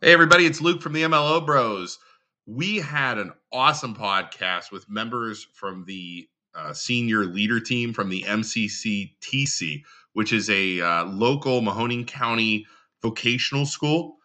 Hey, everybody, it's Luke from the MLO Bros. We had an awesome podcast with members from the uh, senior leader team from the MCCTC, which is a uh, local Mahoning County vocational school.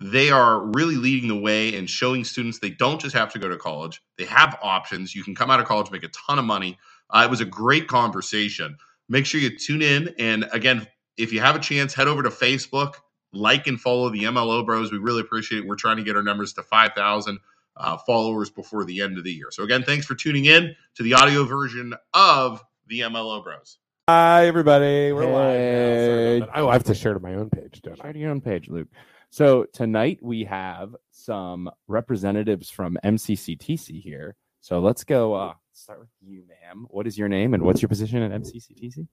They are really leading the way and showing students they don't just have to go to college, they have options. You can come out of college, make a ton of money. Uh, it was a great conversation. Make sure you tune in. And again, if you have a chance, head over to Facebook like and follow the MLO Bros. We really appreciate it. We're trying to get our numbers to 5,000 uh, followers before the end of the year. So, again, thanks for tuning in to the audio version of the MLO Bros. Hi, everybody. We're Hey. live. Now. Sorry about that. Oh, I have to share to my own page, don't Share I? to your own page, Luke. So tonight we have some representatives from MCCTC here. So let's go. Uh, start with you, ma'am. What is your name and what's your position at MCCTC?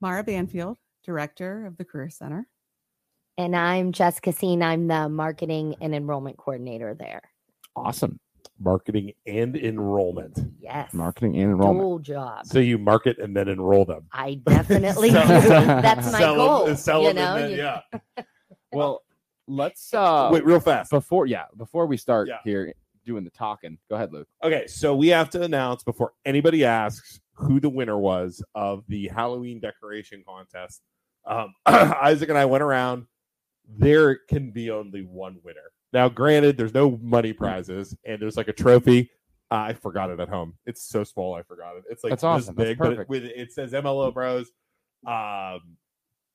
Mara Banfield, director of the Career Center. And I'm Jess Cassine. I'm the marketing and enrollment coordinator there. Awesome, Marketing and enrollment. Yes. marketing and enrollment. Dual job. So you market and then enroll them. I definitely Sell- do. That's my sell goal. Them, sell you them and know, then- Oh. you- yeah. Well, let's uh, Wait, real fast. before yeah, before we start Yeah. here doing the talking, go ahead, Luke. Okay, so we have to announce before anybody asks who the winner was of the Halloween decoration contest. Um, Isaac and I went around. There can be only one winner. Now, granted, there's no money prizes, and there's like a trophy. Uh, I forgot it at home. It's so small, I forgot it. It's like That's awesome. this That's big, but it, perfect. with it says MLO Bros, um,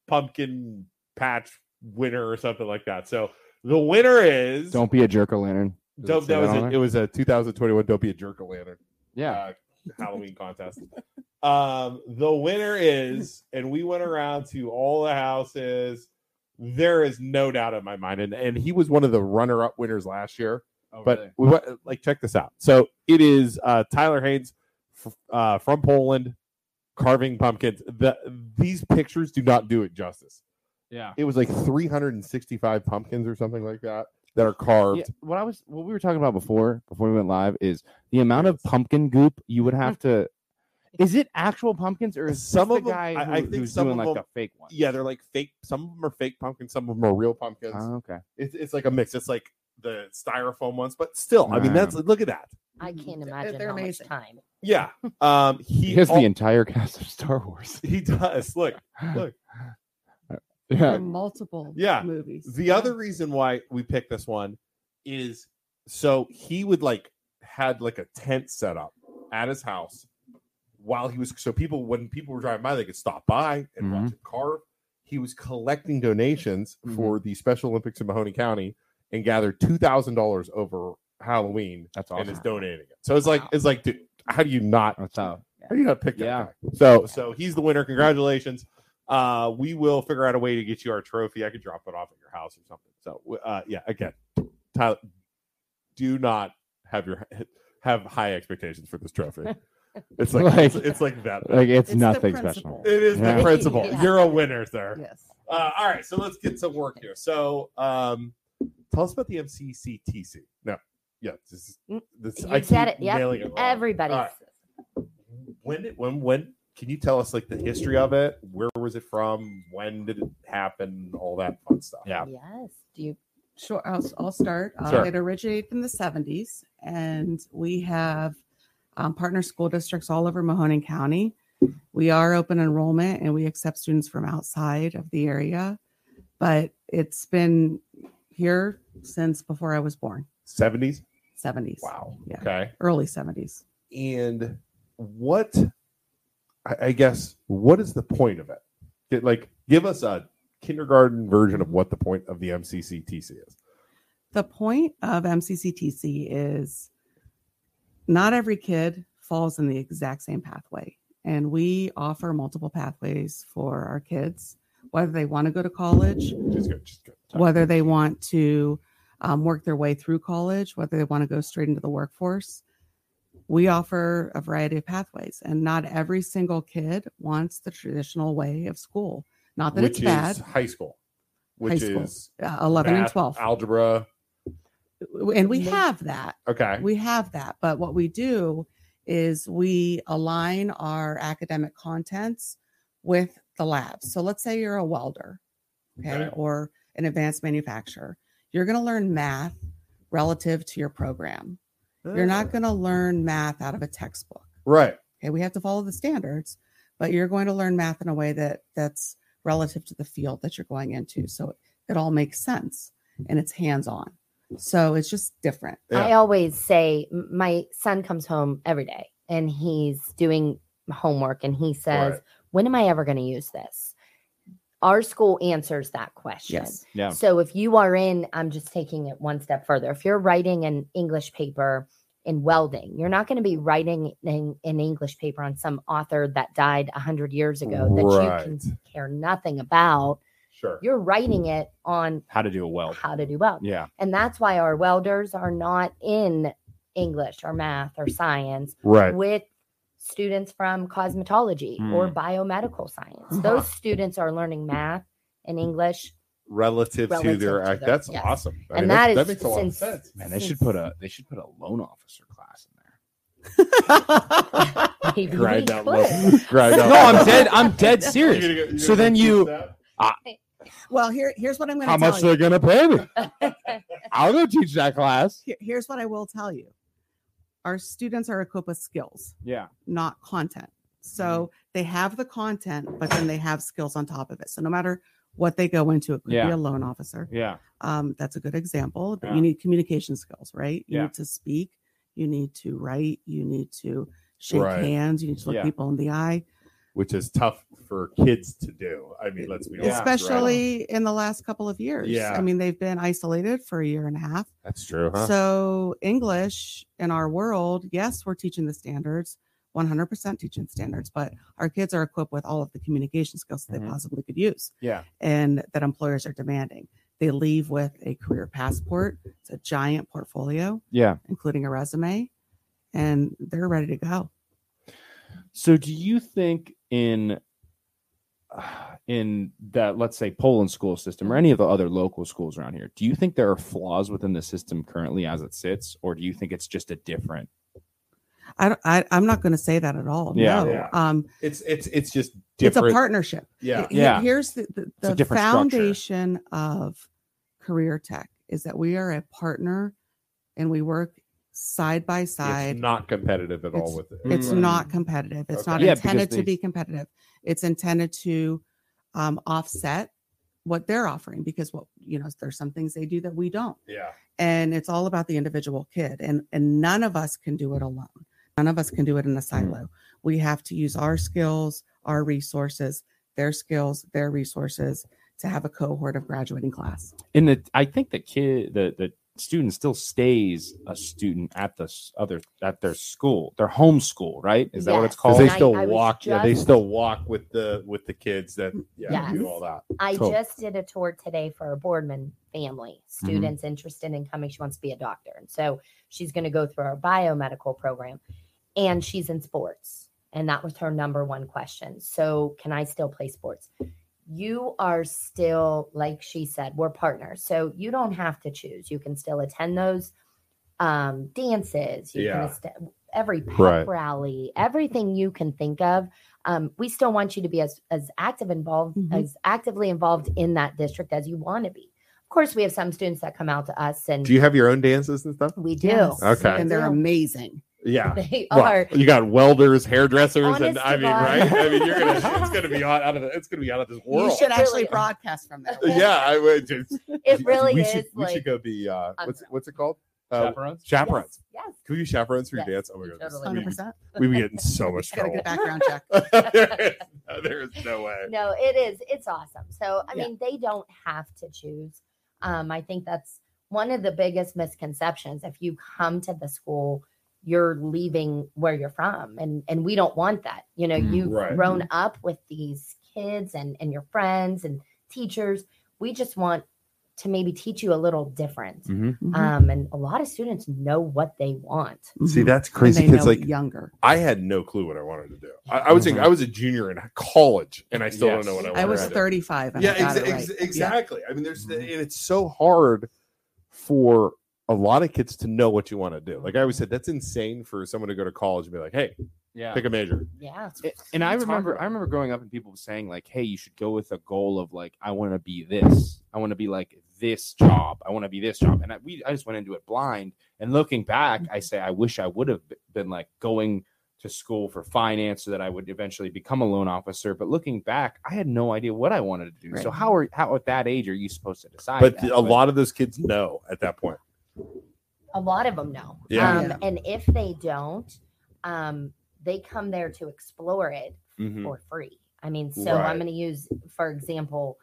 pumpkin patch winner or something like that. So the winner is Don't be a jerk o' lantern. Does it Dope, say that was on a, there? it was a 2021 Don't Be a Jerk Lantern yeah. uh, Halloween contest. Um, the winner is, and we went around to all the houses. There is no doubt in my mind, and, and he was one of the runner-up winners last year. but we went, like, check this out. So it is uh, Tyler Haynes f- uh, from Poland carving pumpkins. The these pictures do not do it justice. yeah. It was like 365 pumpkins or something like that that are carved. Yeah, what I was what we were talking about before before we went live is the amount of pumpkin goop you would Hmm. have to. Is it actual pumpkins or is this Some the of 'em- guy I- who, I think who's some doing of like 'em- the fake one? Yeah, they're like fake. Some of them are fake pumpkins. Some of them are real pumpkins. Oh, okay. it's it's like a mix. It's like the styrofoam ones, but still, I mean, Wow. that's look at that. I can't imagine Mm-hmm. they're how much amazing. time. Yeah. Um. He He has al- the entire cast of Star Wars. he does. Look. Look. yeah. From multiple Yeah. movies. The other reason why we picked this one is so he would like had like a tent set up at his house while he was so people when people were driving by they could stop by and watch it carve. He was collecting donations Mhm. for the Special Olympics in Mahoney County and gathered two thousand dollars over Halloween That's and awesome. is donating it. So it's like it's like, dude, how do you not That's how. how do you not pick that? Yeah. guy? So so he's the winner. Congratulations. Uh, we will figure out a way to get you our trophy. I could drop it off at your house or something. So uh, yeah, again, Tyler, do not have your have high expectations for this trophy. It's like, Like- it's, it's like that. Like it's, It's the nothing special. principle. it is Yeah. the principle. Yeah. You're a winner, sir. Yes. Uh, all right, so let's get to work here. So um, tell us about the MCCTC. No, yeah, this is, this, Mm, You I said keep it, yep. nailing wrong. Everybody's. All right when did when when can you tell us like the history of it where was it from when did it happen all that fun stuff yeah Yes. Do you? Sure. I'll, I'll start. Uh, Sure. It originated from the 70s, and we have um, partner school districts all over Mahoning County. We are open enrollment and we accept students from outside of the area, but it's been here since before I was born 70s 70s, wow Yeah. okay early 70s. and what I, I guess what is the point of it Get- like give us a kindergarten version of what the point of the mcctc is the point of MCCTC is not every kid falls in the exact same pathway. And we offer multiple pathways for our kids, whether they want to go to college, just good just good whether they want to um, work their way through college, whether they want to go straight into the workforce. We offer a variety of pathways, and not every single kid wants the traditional way of school. Not that which it's is bad. high school which High school. is Uh, 11 and math, 12. algebra And we Ma- have that. okay We have that, but what we do is we align our academic contents with the labs. So let's say you're a welder, okay, Okay. or an advanced manufacturer. You're going to learn math relative to your program. You're not going to learn math out of a textbook. right. Okay, we have to follow the standards, but you're going to learn math in a way that that's relative to the field that you're going into. So it all makes sense and it's hands-on. So it's just different. Yeah. I always say m- my son comes home every day and he's doing homework and he says, Right. When am I ever going to use this? Our school answers that question. Yes. Yeah. So if you are in, I'm just taking it one step further. If you're writing an English paper in welding, you're not going to be writing an, an English paper on some author that died 100 years ago that you can care nothing about. Sure. You're writing it on How to do a weld. how to do weld. Yeah. And that's why our welders are not in English or math or science Right. Hmm. with students from cosmetology or Mm. biomedical science. Huh. Those students are learning math and English. Relative, Relative to their to act. the- That's yes. awesome. that's- And that is that makes a lot of since- sense. Man, they should put a they should put a loan officer class in there. Maybe we Grind out could. low. Grind No, out I'm low. dead. I'm dead You're serious. gonna go- you're So gonna then go you- keep that? well, here here's what I'm going How to tell much you. they're gonna pay me? I'll go teach that class. Here- here's what I will tell you. Our students are equipped with skills, Yeah. not content. So Mm-hmm. they have the content, but then they have skills on top of it. So no matter what they go into, it could be Yeah. a loan officer. Yeah. um, that's a good example but Yeah. you need communication skills right you Yeah. need to speak you need to write you need to shake Right. hands you need to look Yeah. people in the eye Which is tough for kids to do. I mean, let's be honest. right? especially in the last couple of years Yeah. i mean they've been isolated for a year and a half That's true, huh? so english in our world yes we're teaching the standards 100% teaching standards but our kids are equipped with all of the communication skills that Mhm. Mm-hmm. they possibly could use Yeah. and that employers are demanding they leave with a career passport it's a giant portfolio Yeah. including a resume, and they're ready to go. So do you think in in that let's say Poland school system or any of the other local schools around here, do you think there are flaws within the system currently as it sits, or do you think it's just a different? I, don't- I I'm not going to say that at all. Yeah. no. Yeah. Um, It's it's it's just it's different. a partnership. yeah. Here- Yeah. Here's the It's a the, the different structure. foundation of career tech is that we are a partner, and we work side by It's side. not competitive at all It's- with it. It's Mm. not competitive. It's Okay. not Yeah, because intended they- to be competitive. It's intended to um, offset what they're offering because what you know there's some things they do that we don't. Yeah. and it's all about the individual kid and and none of us can do it alone none of us can do it Mm. in a silo we have to use our skills our resources their skills their resources to have a cohort of graduating class In the, I think the kid, the the student still stays a student at the s- other at their school, their home school, right? Is that what it's Because Yes. called? they And I- still I was walk. yeah, they just- still walk with the with the kids that yeah Yes. do all that. I Cool. just did a tour today for a Boardman family, Mm-hmm. students interested in coming. She wants to be a doctor. And so she's going to go through our biomedical program and she's in sports. And that was her number one question. So, can I still play sports? You are still, like she said, we're partners. So, you don't have to choose. You can still attend those um, dances. You Yeah. can st- every pep Right. rally, everything you can think of. Um, we still want you to be as as active involved Mhm. as actively involved in that district as you want to be. Of course, we have some students that come out to us, and Do you have your own dances and stuff? we do. Yes. Okay. and they're amazing Yeah. They Well, are. you got welders, hairdressers, and Oh. Honest I to mean, God. right? I mean, you're gonna it's gonna be out, out of the, it's gonna be out of this world. you should actually Really? broadcast from there yeah, I would. Just, It really we is Should, we like should go be uh, I don't what's know. what's it called? Uh, Chaperones? chaperones. Yes, yes. Can we do chaperones for your Yes, dance? Oh my you god, this- totally we'd, 100% we'd be getting so much gotta trouble. get a background check there, is, no- there is no way. No, it is. It's awesome. So, I Yeah. mean, they don't have to choose. Um, I think that's one of the biggest misconceptions. If you come to the school, you're leaving where you're from, and and we don't want that. You know, Mm, you've right. grown up with these kids and and your friends and teachers. We just want to maybe teach you a little different. Mhm. Mm-hmm. Mhm. Um, and a lot of students know what they want. See, Mhm. that's And crazy. they know Kids like Mm-hmm. younger I had no clue what I wanted to do. I, I was think I was a junior in college, and I still Yes. don't know what I wanted. i was to do. 35 and I Oh, Yeah, got exa- it ex- right. exactly. I mean, there's Mhm. and it's so hard for a lot of kids to know what you want to do. Like I always said, that's insane for someone to go to college and be like, "Hey, Yeah. pick a major." Yeah. A- and I It's hard. remember, I remember growing up and people saying like, "Hey, you should go with a goal of like, I want to be this. I want to be like this job. I want to be this job. And I, we, I just went into it blind. And looking back, Mm-hmm. I say, I wish I would have b- been like going to school for finance so that I would eventually become a loan officer. But looking back, I had no idea what I wanted to do. So Right. how are how at that age are you supposed to decide? But that? a lot of those kids know at that point. A lot of them know. Yeah. Um, Yeah. And if they don't, um, they come there to explore it Mhm. for free. I mean, so Mm. Right. I'm going to use, for example,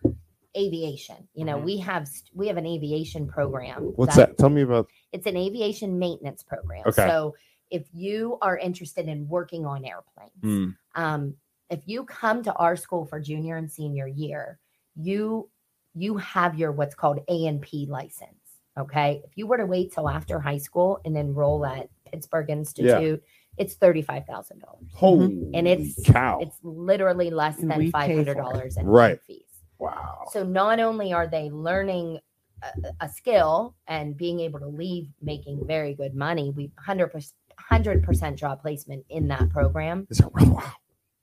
aviation. You know, Mhm. we have st- we have an aviation program. Mm-hmm. What's that? Tell me about It's an aviation maintenance program. Okay. So if you are interested in working on airplanes, Mm. um, if you come to our school for junior and senior year, you you have your what's called A and P license. Okay. If you were to wait till after high school and enroll at Pittsburgh Institute, it's thirty five thousand dollars. holy And it's- cow. It's literally less And than we five pay for it. hundred dollars in Right. fees. wow. So not only are they learning a, a skill and being able to leave making very good money, we hundred percent hundred percent job placement in that program Is that wow?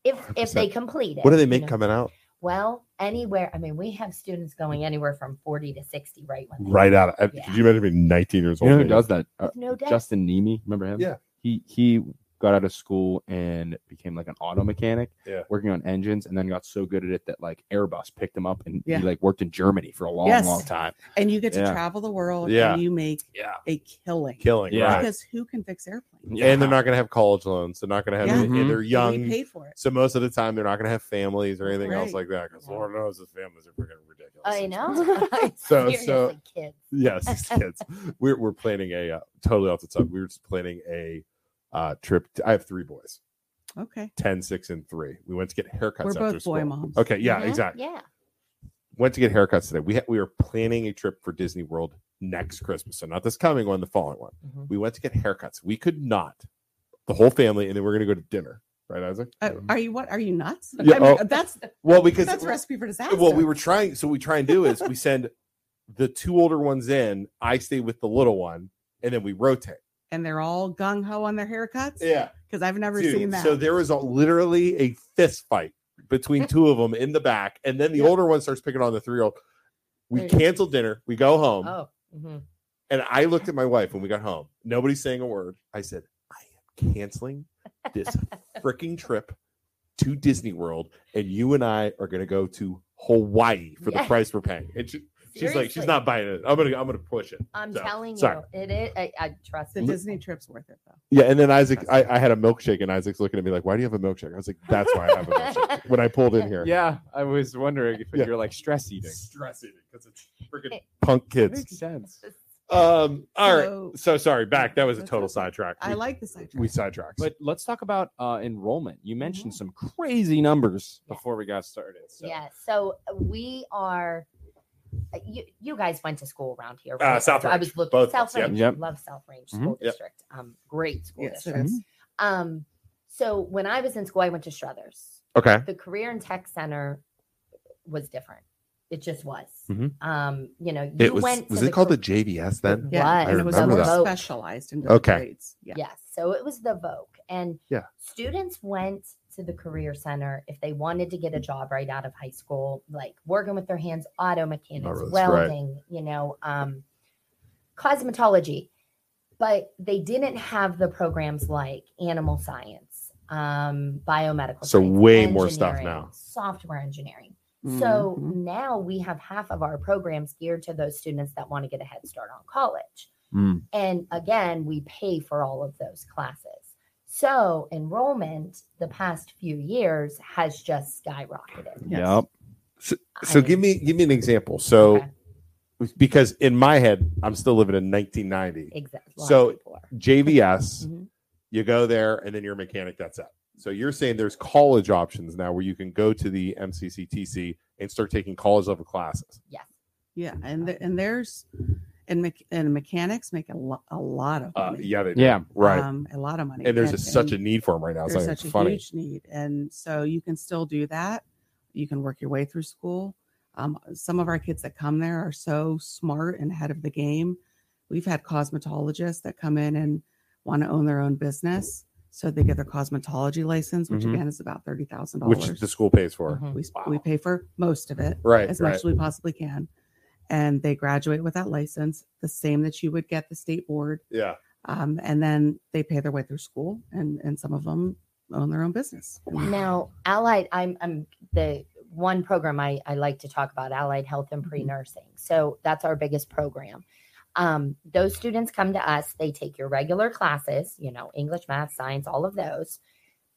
if if they 100%. complete it. What do they you make know? coming out? Well, anywhere. I mean, we have students going anywhere from 40 to 60 right when they Right out. Of, Yeah. Could you imagine being 19 years You old? know who does that? Uh, With no debt. Justin Nemi, remember him? Yeah. He he got out of school and became like an auto mechanic, Yeah. working on engines, and then got so good at it that like Airbus picked him up and Yeah. he like worked in Germany for a long, Yes. long time. And you get to Yeah. travel the world Yeah. and you make Yeah. a killing. Killing. Yeah. Right. Because who can fix airplanes? And they're not going to have college loans. They're not going to have. Yeah. any- Mm-hmm. and They're We young. paid for it. So most of the time, they're not going to have families or anything else like Right. that. Because Lord knows his families are freaking ridiculous. I know. So- so- Seriously, kids. Yes, these kids. We're we're planning a uh, totally off the top. We were just planning a uh, trip. To, I have three boys, Okay. 10, 6, and three. We went to get haircuts. We're after both school. boy moms. Okay, yeah, Mhm. exactly. Yeah. Went to get haircuts today. We ha- we were planning a trip for Disney World next Christmas, so not this coming one, the following one. Mm-hmm. Mhm. We went to get haircuts. We could not, the whole family, and then we're gonna go to dinner, right, Isaac? Uh, are you what? Are you nuts? Yeah, I mean, oh. that's Well, because that's a recipe for disaster. well, we were trying. So we try and do is we send the two older ones in. I stay with the little one, and then we rotate. and they're all gung ho on their haircuts. Yeah. because I've never Dude, seen that. So there was a, literally a fist fight between two of them in the back, and then the Yeah. older one starts picking on the three year old. We Right. canceled dinner. We go home, Oh. mhm. and I looked at my wife when we got home. Nobody's saying a word. I said, "I am canceling this freaking trip to Disney World, and you and I are going to go to Hawaii for the Yeah. price we're paying." And she, she's like, "She's Seriously. not buying it. I'm gonna, I'm gonna push it." I'm So, telling sorry. you, it is. I, I trust the me. Disney trip's worth it though. Yeah, and then Isaac, I, I had a milkshake, and Isaac's looking at me like, "Why do you have a milkshake?" I was like, "That's why I have a milkshake." when I pulled in here, Yeah, I was wondering if Yeah. you're like stress eating. Stress eating because it's freaking It- punk Makes kids. sense. Um. All right. So- So sorry. Back. That was a That's total okay. sidetrack. I like the side. We sidetracked. But let's talk about uh, enrollment. You mentioned some crazy numbers before we got started. So. Yeah. So we are. uh, You, you guys went to school around here. Uh, South So I was Range, looking both of us, South yep. Range. Yep. Love South Range Mhm. School Yep. District. Um, great school yes, it district. is. Um, so when I was in school, I went to Struthers. okay. the career and tech center was different. It just was. Mhm. Um, you know, you Mm-hmm. It was. went. to Was it called the cur- JVS then? Yeah, was. I and it was remember more that. specialized in different Okay. grades. Yeah. Yes, so it was the Vogue, and Yeah. students went to the career center if they wanted to get Mm. a job right out of high school, like working with their hands, auto mechanics, Remember this, right. welding, you know, um, cosmetology. But they didn't have the programs like animal science, um, biomedical. So science, way more stuff engineering, now. Mm-hmm. Software engineering. So Mhm. now we have half of our programs geared to those students that want to get a head start on college. Mm. And again, we pay for all of those classes. So enrollment the past few years has just skyrocketed. Yes. Yep. I So give me mean, give me an example. So okay, because in my head, I'm still living in 1990. exactly. a lot of so- people are. JVS. Mm-hmm. Mhm. You go there, and then you're a mechanic. That's it. So you're saying there's college options now where you can go to the MCCTC and start taking college level classes. yes, Yeah, and the, and there's and mech and mechanics make a, lo- a lot of Uh, money. yeah, they do. Yeah. right. Mm-hmm. um, a lot of money. and there's just such a need for them right now. It's there's not such even a funny. huge need, and so you can still do that. You can work your way through school. Um, some of our kids that come there are so smart and ahead of the game. We've had cosmetologists that come in and want to own their own business, so they get their cosmetology license, which Mhm. again is about thirty thousand Mm-hmm. which dollars. the school pays for. Mhm. We we pay for most of it Right. as much right. as we possibly can. and they graduate with that license, the same that you would get the state board. Yeah. Um, and then they pay their way through school, and and some of them own their own business. Now, allied, I'm I'm the one program I, I like to talk about allied health and pre nursing. So that's our biggest program. Um, those students come to us, they take your regular classes, you know, English, math, science, all of those.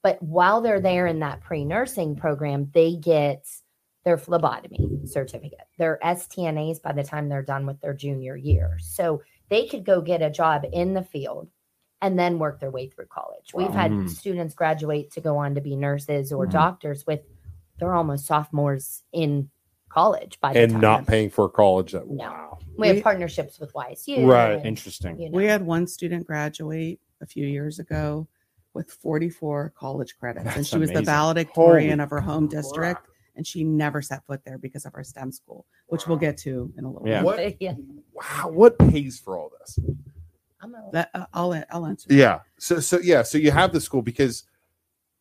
But while they're there in that pre nursing program, they get their phlebotomy certificate, their STNAs by the time they're done with their junior year. So they could go get a job in the field and then work their way through college. We've had Mhm. students graduate to go on to be nurses or Mm-hmm. Mhm. doctors with they're almost sophomores in college by the And time not they're- paying for college. That, No. Wow. We have We- partnerships with YSU, Right. and, Interesting. you know, We had one student graduate a few years ago with 44 college credits, and That's she was amazing. the valedictorian Holy of her home crap. district, and she never set foot there because of our STEM school, which we'll get to in a little Yeah. bit. What? Yeah. Wow. What pays for all this? I'm a- That, uh, I'll I'll answer. that. Yeah. So so yeah, so you have the school because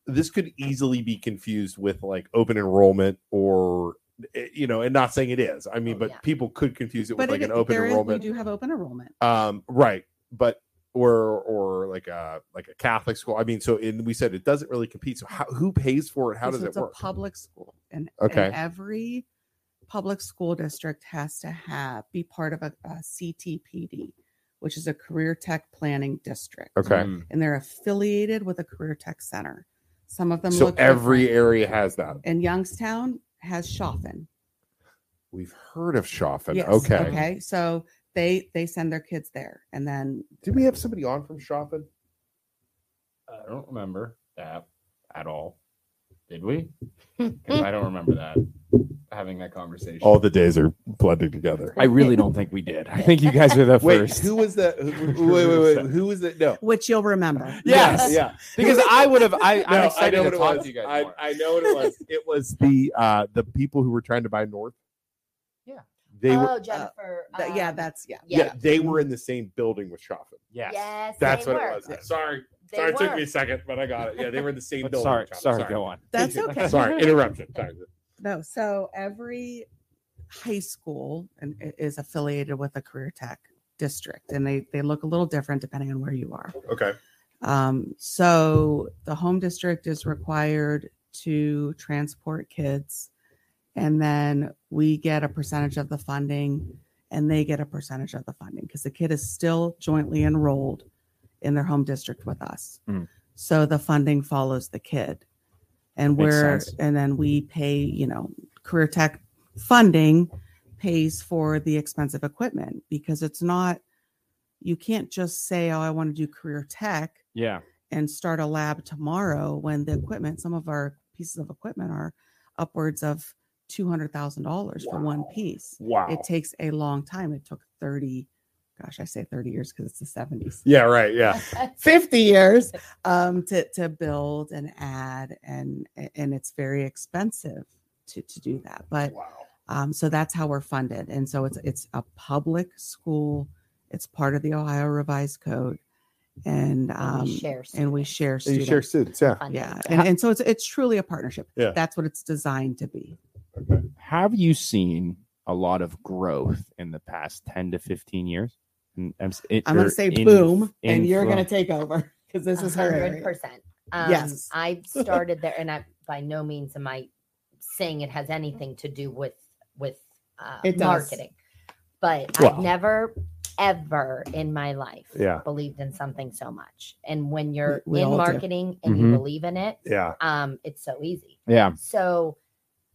this could easily be confused with like open enrollment or eh, you know, and not saying it is. I mean, Oh, but yeah. people could confuse it but with it, like an open there is- enrollment. we do have open enrollment. um, right. But or or like a like a Catholic school. I mean, so and we said it doesn't really compete. So how who pays for it? How So does it it's a work? public school, and, Okay. and every public school district has to have be part of a, a CTPD, which is a career tech planning district. Okay. Mm. and they're affiliated with a career tech center. Some of them So look every different. area has that. and Youngstown has Schaffen. We've heard of Schaffen. Yes, okay. Okay. So they they send their kids there, and then Did we have somebody on from Schaffen? I don't remember that at all. Did we? 'Cause I don't remember that having that conversation. All the days are blended together. Oh, I really don't think we did. I think you guys are the Wait, first. who was that? Who- Wait, wait, wait. Who was that? No. which you'll remember. Yes. Yeah. Because I would have. I, No, I'm excited know to what it talk was. to you guys I, more. I know what it was. It was the uh the people who were trying to buy North. Yeah. They were oh, Jennifer. That- yeah, um, that's yeah. yeah. yeah. they were in the same building with Schaffen. yes. Yes, That's they what were. it was. Sorry. They sorry, it took were. me a second, but I got it. Yeah, they were in the same But building. sorry, with Schaffen. sorry, Go on. That's okay. Sorry, interruption. Sorry. No, so every high school and i- is affiliated with a career tech district, and they they look a little different depending on where you are. Okay. Um, so the home district is required to transport kids, and then we get a percentage of the funding, and they get a percentage of the funding because the kid is still jointly enrolled in their home district with us. Mm. So the funding follows the kid, and Makes we're sense. and then we pay you know career tech funding pays for the expensive equipment because it's not you can't just say oh i want to do career tech Yeah. and start a lab tomorrow when the equipment some of our pieces of equipment are upwards of $200000 for one piece Wow. it takes a long time it took 30 gosh i say 30 years because it's the 70s yeah. Right. Yeah. 50 years um, to, to build and add and and it's very expensive to, to do that but Wow. um, so that's how we're funded, and so it's it's a public school. It's part of the Ohio Revised Code, and And um, we share and we students share And you students. share students. Yeah. funding. yeah, and, and so it's it's truly a partnership. Yeah. that's what it's designed to be. Okay. Have you seen a lot of growth in the past 10 to 15 years? In, I'm I'm going to say boom, and you're going to take over because this is her hundred area. percent. Um, Yes. I started there, and I by no means am I saying it has anything to do with with uh, It does. marketing, but Well. I've never ever in my life Yeah. believed in something so much. And when you're we all in do. marketing and Mhm. you believe in it, Mm-hmm. Yeah. um, it's so easy. Yeah. So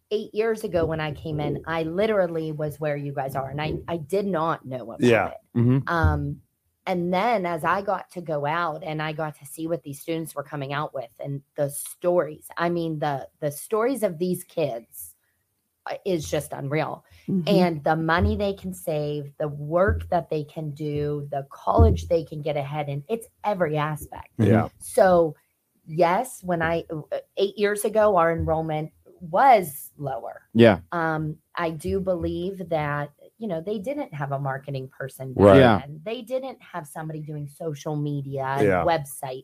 eight years ago when I came in, I literally was where you guys are, and I I did not know about Yeah. it. hmm Um, and then as I got to go out and I got to see what these students were coming out with and the stories, I mean the the stories of these kids uh, is just unreal. Mhm. And the money they can save, the work that they can do, the college they can get ahead in, it's every aspect. Mm-hmm. Yeah. So, yes, when I 8 years ago our enrollment was lower Yeah. um, I do believe that you know they didn't have a marketing person, back Right. Yeah. then. They didn't have somebody doing social media and Yeah. website.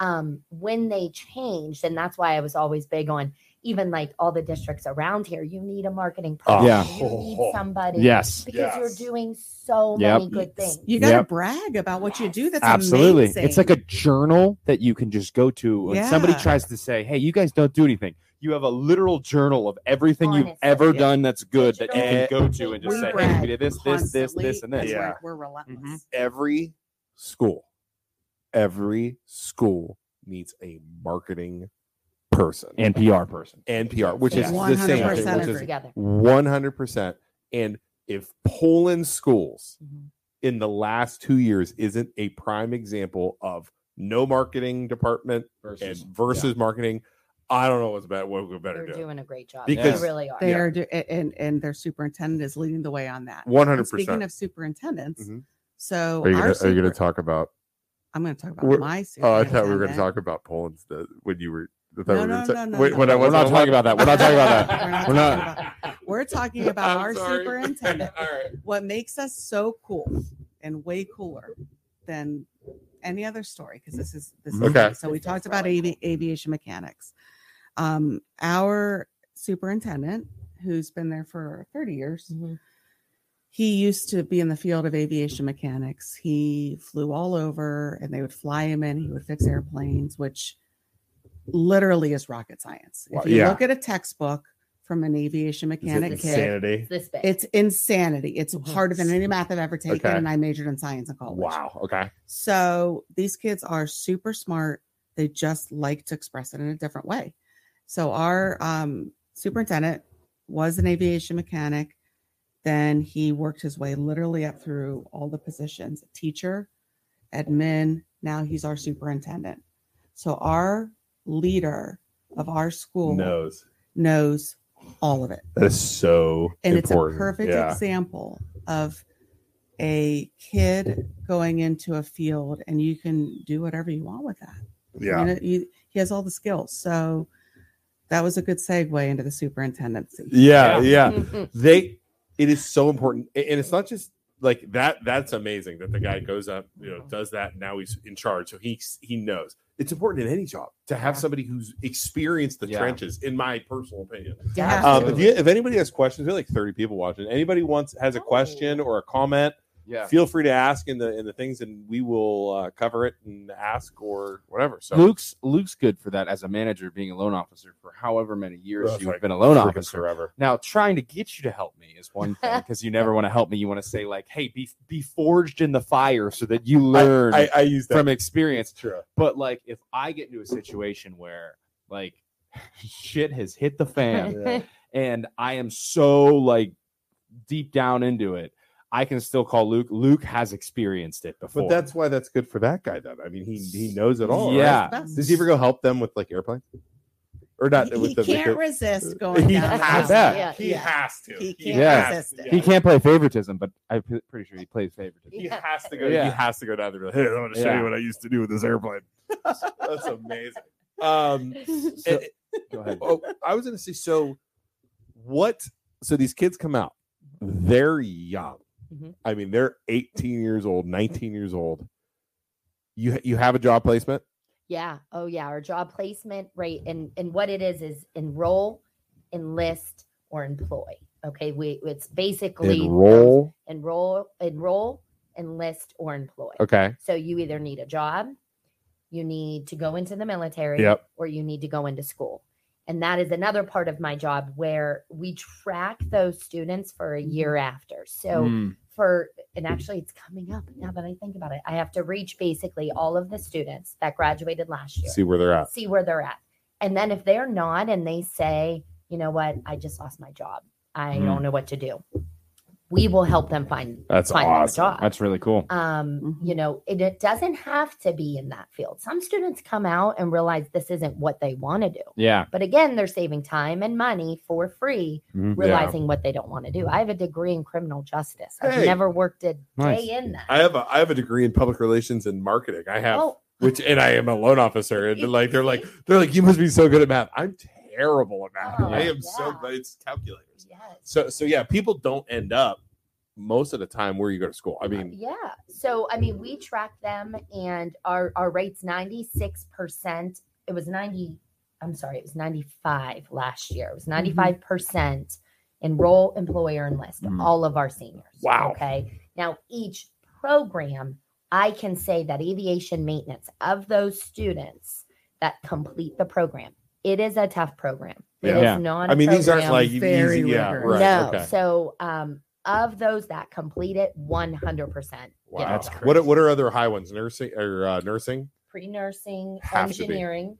Um, when they changed, and that's why I was always big on even like all the districts around here, you need a marketing Oh. person. Yeah. You need somebody. Yes. Because Yes. you're doing so Yep. many good things. You got to Yep. brag about what you do. That's Absolutely. It's like amazing. a journal that you can just go to when somebody Yeah. tries to say, Hey, you guys don't do anything. You have a literal journal of everything you've Honestly. ever Yeah. done that's good that you Digital can go to and just We say, Hey, brag we did this, this, this, this, and constantly, this. and Yeah. We're, we're relentless. Mm-hmm. Mhm. every school, every school needs a marketing person And PR person. and PR, which is Yeah. the same Put thing, 100% which it is agree. together. 100%. And if Poland schools Mhm. in the last two years isn't a prime example of no marketing department Versus, and versus marketing, I don't know what's better, what we better They're do. doing a great job. Because they really are. They Yeah. are, do, a- and and their superintendent is leading the way on that. And Speaking 100%. of superintendents, Mhm. so Are you gonna, our are you gonna super- talk about? I'm going to talk about We're- my Oh, I superintendent. thought we were gonna talk about Poland's the, when you were. I thought No, we were no, ta- no, no, wait, no. when I We're We're wasn't not on talking live- about that. We're not talking about that. We're not We're talking not. We're talking about I'm our sorry. superintendent. All right. what makes us so cool and way cooler than any other story because this is this is Okay. so we This is talked about really avi- aviation mechanics um our superintendent who's been there for 30 years Mhm. he used to be in the field of aviation mechanics he flew all over and they would fly him in he would fix airplanes which literally is rocket science Wow, if you yeah. look at a textbook from an aviation mechanic kid Insanity. This big. it's insanity. It's Mhm. harder than any math I've ever taken, Mm-hmm. Okay. and I majored in science in college. Wow. Okay. So these kids are super smart. They just like to express it in a different way. So our Mm. um, superintendent was an aviation mechanic. Then he worked his way literally up through all the positions: teacher, admin. Now he's our superintendent. So our leader of our school Knows. knows all of it That is so important. and it's a perfect yeah. example of a kid going into a field and you can do whatever you want with that Yeah. you know, you, he has all the skills so that was a good segue into the superintendency Yeah. Yeah. Yeah. Mhm. They. It is so important, A- and it's not just like that. That's amazing that the guy goes up, you know, does that. Now he's in charge, so he he knows. It's important in any job to have Yeah. somebody who's experienced the Yeah. trenches. In my personal opinion. Yeah. Um, if, Absolutely. you, if anybody has questions, we have like 30 people watching. Anybody wants Oh. has a question or a comment, Yeah. feel free to ask in the in the things, and we will uh, cover it and ask or whatever. So Luke's Luke's good for that as a manager, being a loan officer for however many years That's you've like been a loan freaking officer. forever. Now, trying to get you to help me is one thing because you never want to help me. You want to say like, "Hey, be be forged in the fire so that you learn I, I use that from experience." true. But like, if I get into a situation where like shit has hit the fan Yeah. and I am so like deep down into it, I can still call Luke. Luke has experienced it before. But that's why that's good for that guy. Then I mean, he he knows it all. right? Yeah. Does he ever go help them with like airplanes or not? he, with he the, can't with resist going He down has that to. path. the, he has to. He He can't has resist to. it. he can't play favoritism, but I'm p- pretty sure he plays favoritism. He has to go. Yeah. He has to go down there. and be Like, hey, I'm going to show Yeah. you what I used to do with this airplane. That's amazing. Um, So- it- Go ahead. oh, I was going to say, so what? So these kids come out, they're young. Mhm. I mean, they're 18 years old, 19 years old. You you have a job placement? Yeah. Oh, yeah. Our job placement rate and and what it is is enroll, enlist, or employ. Okay. We it's basically Enroll. enroll, enroll, enlist, or employ. Okay. So you either need a job, you need to go into the military, Yep. or you need to go into school. And that is another part of my job where we track those students for Mm-hmm. a year after. So Mm. for and actually it's coming up now that I think about it. I have to reach basically all of the students that graduated last year See where they're at. see where they're at. And then if they're not and they say, you know what, I just lost my job. I Hmm. Mm-hmm. don't know what to do. We will help them find That's find awesome. them a job. That's really cool. um, Mhm. you know, it, it doesn't have to be in that field. Some students come out and realize this isn't what they want to do. Yeah. But again, they're saving time and money for free, Mhm. realizing what they don't want to do. I have a degree in criminal justice. I've Hey. never worked a Nice. day in that. I have a I have a degree in public relations and marketing. I have oh, which and I am a loan officer and they're like they're like they're like you must be so good at math. I'm terrible at math. Oh, I am so yeah. but it's calculators. yes. So so yeah, people don't end up most of the time where you go to school. I mean, Uh, Yeah. So I mean, we track them, and our our rates ninety six percent. It was ninety I'm sorry, it was 95 last year. It Mm-hmm. was 95 percent enroll, employ, earn list. Mhm. All of our seniors. Wow. Okay. Now each program, I can say that aviation maintenance of those students that complete the program, it is a tough program. It is Yeah. not. I mean, these aren't like very easy. Yeah, right. rigorous. no. Okay. So, um, of those that complete it, 100 percent. Wow. That's crazy. What are- what are other high ones? Nursing or uh, nursing? pre nursing, Have to be. engineering,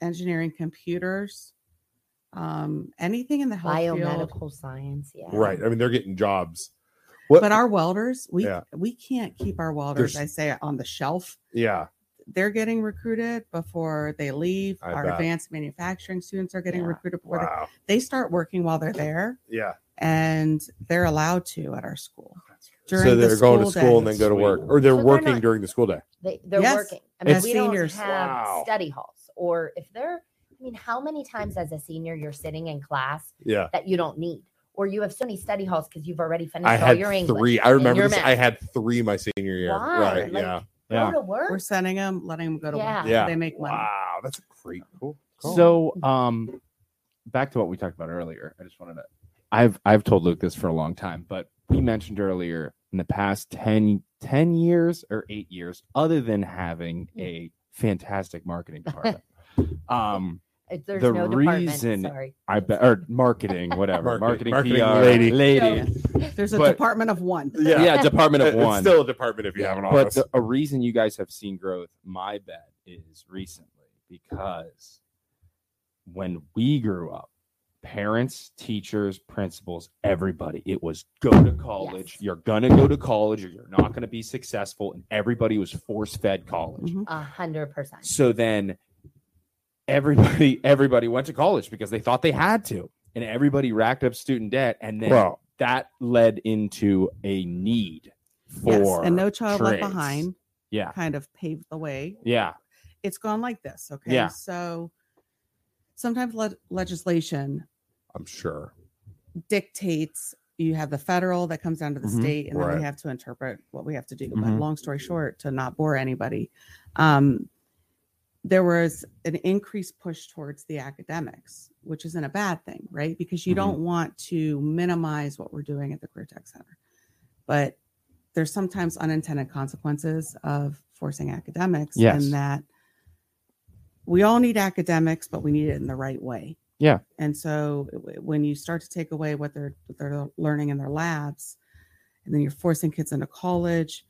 engineering, computers, um, anything in the health field. biomedical science. Yeah. Right. I mean, they're getting jobs. What? But our welders, we Yeah. we can't keep our welders. There's- I say on the shelf. yeah. They're getting recruited before they leave. I our bet. advanced manufacturing students are getting Yeah. recruited before they- Wow. they start working while they're there, Yeah. and they're allowed to at our school. During Oh, so the they're going to school school and day. then go to work, Sweet. or they're So they're working not- during the school day. They, they're Yes. working. I mean, As we don't seniors. have Wow. study halls, or if they're, I mean, how many times as a senior you're sitting in class Yeah. that you don't need, or you have so many study halls because you've already finished I all had your three. English. I and remember your this. math. I had three my senior year. Wow, Right. like- yeah. Go Yeah. to work. We're sending them, letting them go to Yeah. work. Yeah. They make money. Wow. That's a great. Cool. cool. So, um, back to what we talked about earlier. I just wanted to. I've I've told Luke this for a long time, but we mentioned earlier in the past 10, 10 years or eight years, other than having a fantastic marketing department, um, Uh, There's The no department. reason- Sorry. I bet or marketing, whatever, Marketing- marketing, PR, marketing lady. lady, There's a But- department of one. yeah, department of Uh, It's one. still a department if you have an but office. the, a reason you guys have seen growth, my bet is recently because when we grew up, parents, teachers, principals, everybody, it was go to college. Yes. You're gonna go to college, or you're not gonna be successful, and everybody was force fed college. Mhm. A hundred percent. So then everybody everybody went to college because they thought they had to, and everybody racked up student debt, and then well, that led into a need for Yes. And no child left trades. behind Yeah. kind of paved the way Yeah. it's gone like this. Okay. Yeah. So sometimes le- legislation I'm sure. dictates you have the federal that comes down to the Mhm. state, and then Right. we have to interpret what we have to do. But Mhm. long story short, to not bore anybody, um, there was an increased push towards the academics, which isn't a bad thing, right? Because you Mhm. don't want to minimize what we're doing at the Career Tech Center. But there's sometimes unintended consequences of forcing academics, Yes. and that we all need academics, but we need it in the right way. Yeah. And so w- when you start to take away what they're what they're learning in their labs, and then you're forcing kids into college,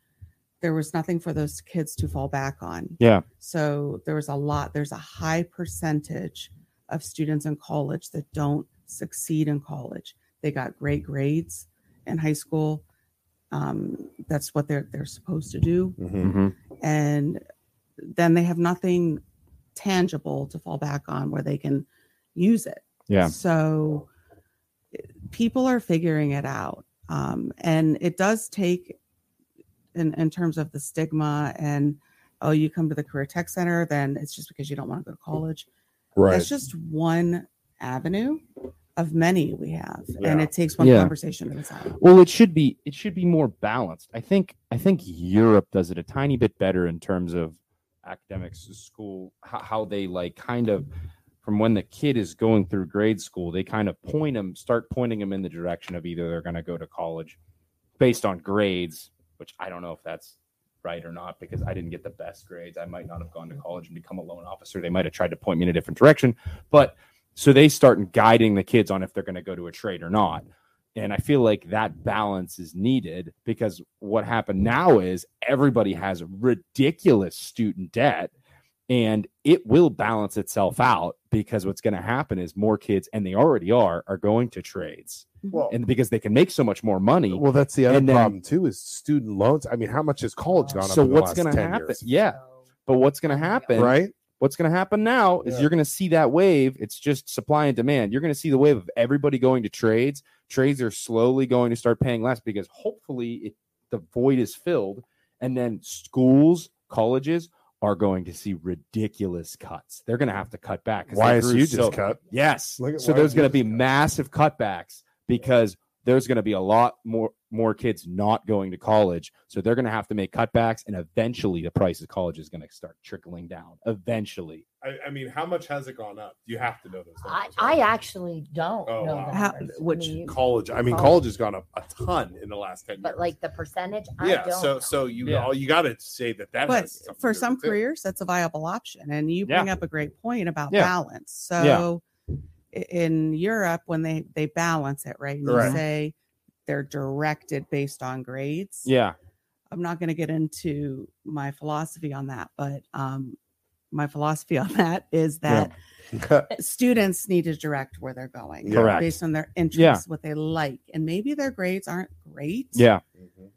there was nothing for those kids to fall back on. Yeah. So there was a lot. There's a high percentage of students in college that don't succeed in college. They got great grades in high school. Um, that's what they're they're supposed to do Mhm. and then they have nothing tangible to fall back on where they can use it. Yeah. So eh, people are figuring it out. Um, and it does take, in, in terms of the stigma and, oh, you come to the Career Tech Center, then it's just because you don't want to go to college. Right. That's just one avenue of many we have. And Yeah. it takes one Yeah. conversation at a time. Well, it should be it should be more balanced. I think I think Europe does it a tiny bit better in terms of academics, school, how, how they like kind of from when the kid is going through grade school, they kind of point them, start pointing them in the direction of either they're going to go to college based on grades, which I don't know if that's right or not because I didn't get the best grades. I might not have gone to college and become a loan officer. They might have tried to point me in a different direction, but so they start guiding the kids on if they're going to go to a trade or not. And I feel like that balance is needed because what happened now is everybody has ridiculous student debt and it will balance itself out because what's going to happen is more kids and they already are are going to trades Well, and because they can make so much more money well, that's the other and then- problem too is student loans. I mean, how much has college gone up? so in the what's last going to 10 happen years? yeah but what's going to happen Right. what's going to happen now is Yeah. you're going to see that wave. It's just supply and demand. You're going to see the wave of everybody going to trades. Trades are slowly going to start paying less because hopefully it, the void is filled. And then schools, colleges are going to see ridiculous cuts. They're going to have to cut back. 'cause they YSU grew just so- cut. Yes. Look at so there's YSU going to be just cut. massive cutbacks because there's going to be a lot more more kids not going to college. So they're going to have to make cutbacks, and eventually the price of college is going to start trickling down. Eventually, I, I mean, how much has it gone up? You have to know those. I, numbers, I right? actually don't Oh, know wow. the How- numbers. which you- college. I mean, College. college has gone up a ton in the last ten years. but like the percentage, I yeah, don't so know. so you Yeah. all you got to say that that. but has something to for do some with it. careers that's a viable option and you Yeah. bring up a great point about Yeah. balance so i- in europe when they they balance it right and you Right. say they're directed based on grades Yeah. i'm not going to get into my philosophy on that but um my philosophy on that is that students need to direct where they're going Yeah. Correct. based on their interests what they like and maybe their grades aren't great Yeah. Mhm.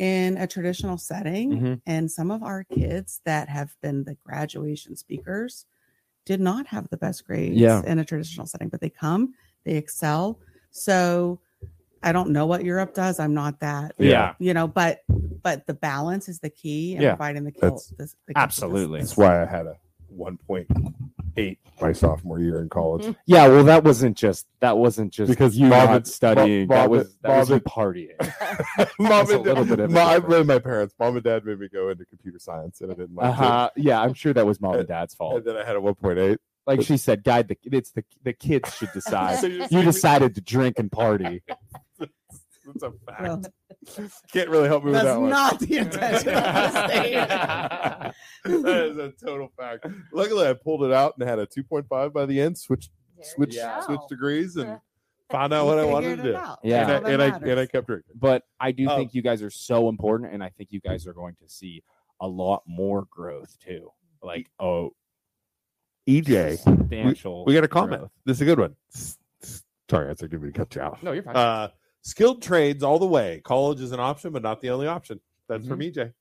in a traditional setting Mm-hmm. Mhm. and some of our kids that have been the graduation speakers did not have the best grades Yeah. in a traditional setting but they come they excel so i don't know what europe does i'm not that Yeah. you know but but the balance is the key and Yeah. providing the, kill, That's- the, the kids the- Absolutely. That's why I had a one point eight my sophomore year in college. Yeah. Well, that wasn't just that wasn't just Because you not bothered- studying. bo- that bothered- was that was you bothered- partying. mom That's a and little bit dad, of a my, I difference. blame my parents. Mom and dad made me go into computer science, and I didn't like Uh huh. Yeah, I'm sure that was mom Uh, and dad's it. fault. And then I had a one point eight. Like she said, guide the it's the the kids should decide. you You decided to drink and party. That's a fact. Well, Can't really help me with that's that one. not the intention of the statement. yeah. that is a total fact. Luckily, I pulled it out and had a 2.5 by the end. Switched, There you switched, go. switched degrees and Yeah. found out what I Uh, You wanted to figured it do. out. Yeah. And, That's all I, and, that I, and I matters. kept drinking. But I do Oh. think you guys are so important, and I think you guys are going to see a lot more growth too. Like oh, E EJ, substantial. we got a comment. growth. This is a good one. Sorry, I said give me to cut you out. No, you're fine. Uh, skilled trades all the way. College is an option, but not the only option. That's Mhm. from EJ. he's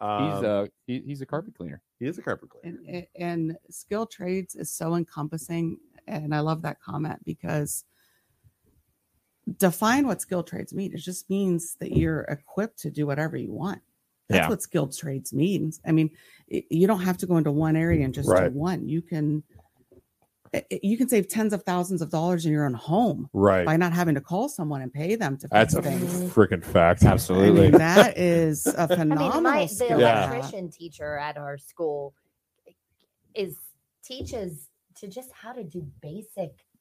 Um, uh, a he, he's a carpet cleaner. he is a carpet cleaner. and, and- and skilled trades is so encompassing and i love that comment because define what skilled trades mean it just means that you're equipped to do whatever you want that's Yeah. what skilled trades means i mean y- you don't have to go into one area and just Right. do one you can i- i- you can save tens of thousands of dollars in your own home by Right. not having to call someone and pay them to fix That's a things freaking fact. I mean, Absolutely. that is a I phenomenal mean, my the skill. Yeah. electrician teacher at our school is teaches to just how to do basic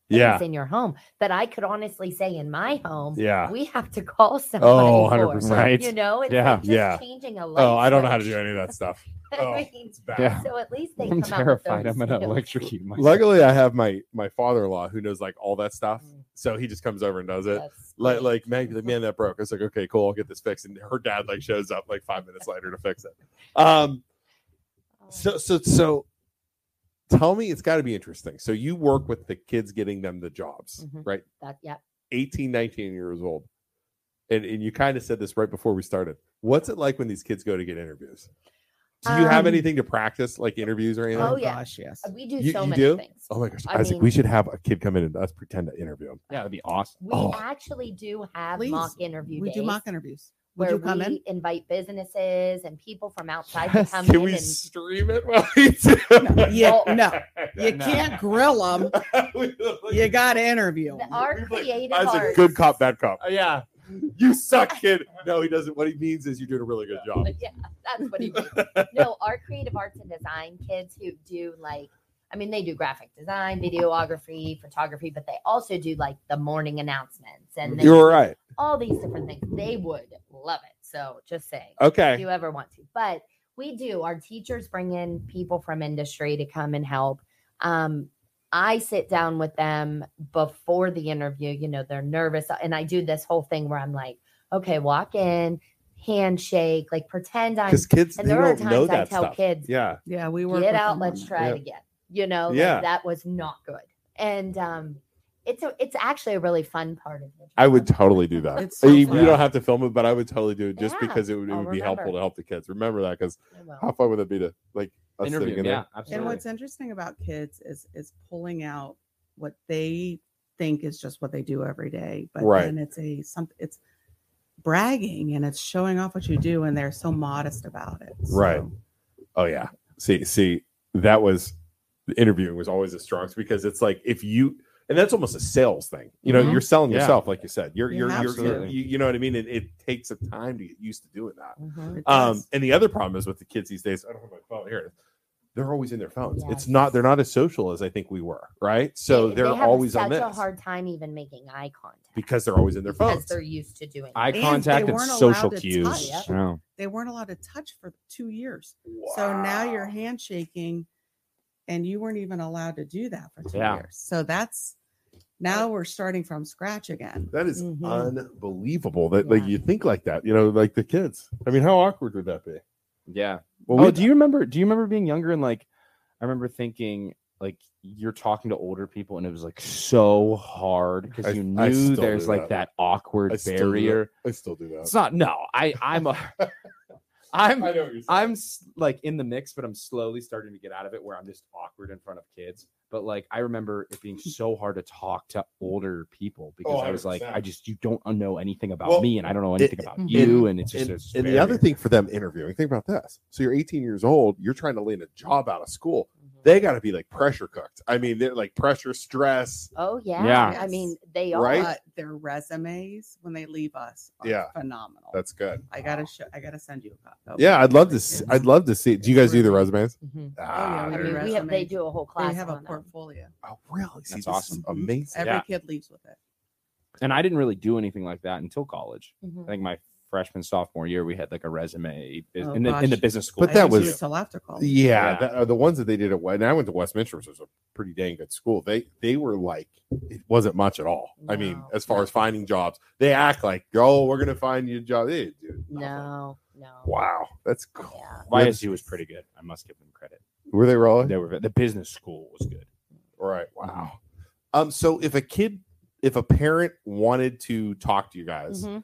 things Yeah. in your home that I could honestly say in my home Yeah. We have to call somebody. Oh, for. 100%. Right. You know, it's Yeah. like just Yeah. changing a light. Oh, I don't know how to switch. do any of that stuff. I Oh, mean, it's bad. Yeah. So at least they I'm come out with terrified. those I'm gonna skills. electrocute myself. Luckily, I have my my father in law who knows like all that stuff, so he just comes over and does it. Mm. That's Like great. like Maggie, like, man, that broke. I was like, okay, cool, I'll get this fixed. And her dad like shows up like five minutes later to fix it. Um, Oh, so so so, tell me, it's got to be interesting. So you work with the kids getting them the jobs, Mhm. right? that yeah. 18, 19 years old, and and you kind of said this right before we started. What's it like when these kids go to get interviews? Do you have Um, anything to practice, like interviews or anything? Oh, yeah. gosh, yes. We do You- so you many do? things. Oh my gosh, I Isaac, mean- we should have a kid come in and us pretend to interview him. yeah, that'd be awesome. We Oh. actually do have Please, mock interview We days do mock interviews. Would where you come we in? invite businesses and people from outside to come Can in. we and, stream it while we do it? Yeah, Well, no, you No. can't grill them. We look like- You got to interview The- 'em. our we look like creative Isaac, arts. good cop, bad cop. yeah. You suck, kid. No, he doesn't. What he means is you're doing a really good job. yeah, that's what he means. No, our creative arts and design kids who do like, I mean, they do graphic design, videography, photography, but they also do like the morning announcements and they You're right. all these different things. They would love it. So just saying, if Okay. you ever want to. But we do. Our teachers bring in people from industry to come and help. Um, I sit down with them before the interview. You know, they're nervous. And I do this whole thing where I'm like, okay, walk in, handshake, like pretend I'm. Because kids, they And there are don't know times I that tell stuff. kids, Yeah. Yeah, we work. get with out them let's on try Yeah. it again you know like, Yeah. that was not good and um it's a it's actually a really fun part of it I would totally do that. It's so you, fun. you don't have to film it, but I would totally do it just Yeah. because it would, it I'll would be helpful remember. to help the kids. Remember that because I will. how fun would it be to like us Interview. sitting in Yeah, there? it. And absolutely. what's interesting about kids is is pulling out what they think is just what they do every day, but Right. then it's a some it's bragging and it's showing off what you do, and they're so modest about it. Right. So, Oh yeah. See, see, that was the interviewing was always the strongest because it's like if you and that's almost a sales thing. You know, Mhm. you're selling Mm-hmm. Yeah. yourself, like you said. You're You you're, have you're, to. you're- you you know what I mean. It, it takes a time to get used to doing that. Mhm. it Um, does. and the other problem is with the kids these days. I don't have my phone here. they're always in their phones. It's Yes. not they're not as social as I think we were, right? So They- they're they have always such on this a hard time even making eye contact because they're always in their because phones. they're used to doing. Eye that. they contact and weren't social allowed to cues. touch. Yeah. They weren't allowed to touch for two years. So now you're handshaking, and you weren't even allowed to do that for two Yeah. years. So that's now we're starting from scratch again. That is Mhm. unbelievable that like Yeah. you think like that, you know, like the kids. I mean, how awkward would that be? Yeah. Well, Oh, we- do you remember? Do you remember being younger and like? I remember thinking like you're talking to older people, and it was like so hard I- because you I knew still there's do like that that. awkward I still do that. barrier. I still do that. It's not. No, I I'm a, I'm know what you're saying. I'm s- like in the mix, but I'm slowly starting to get out of it where I'm just awkward in front of kids. But like I remember it being so hard to talk to older people because Oh, I was like, 100%. I just you don't know anything about Well, me, and I don't know it- anything about Mhm. you, and it's just and, it's and the other barrier. thing for them interviewing, think about this. So you're 18 years old, you're trying to land a job out of school. Mhm. They got to be like pressure cooked. I mean, they're like pressure, stress. oh yeah. Yeah. I mean, they are. Right? But their resumes when they leave us are Yeah. phenomenal. That's good. I gotta show. I gotta send you a copy. Yeah, I'd love to. See, I'd love to see. Do you guys do the resumes? Mhm. Ah, I their mean, there we you have. go. They do a whole class. They have a on them. portfolio. oh, really? See, That's this is awesome. Amazing. Every Yeah. kid leaves with it. and I didn't really do anything like that until college. Mhm. Mm-hmm. I think my freshman sophomore year we had like a resume bus- Oh, in the in the gosh. business school. But I that didn't do was- it till after college. Yeah, Yeah. That, uh, the ones that they did at and I went to West Minster, which was a pretty dang good school. They they were like it wasn't much at all. I mean, No. as far as finding jobs, they act like oh, we're gonna find you a job. They didn't do nothing. No, no. Wow, that's cool. Yeah. YSU was pretty good. I must give them credit. Were they really? They were the business school was good. Right. Wow. Um. So if a kid, if a parent wanted to talk to you guys, Mhm.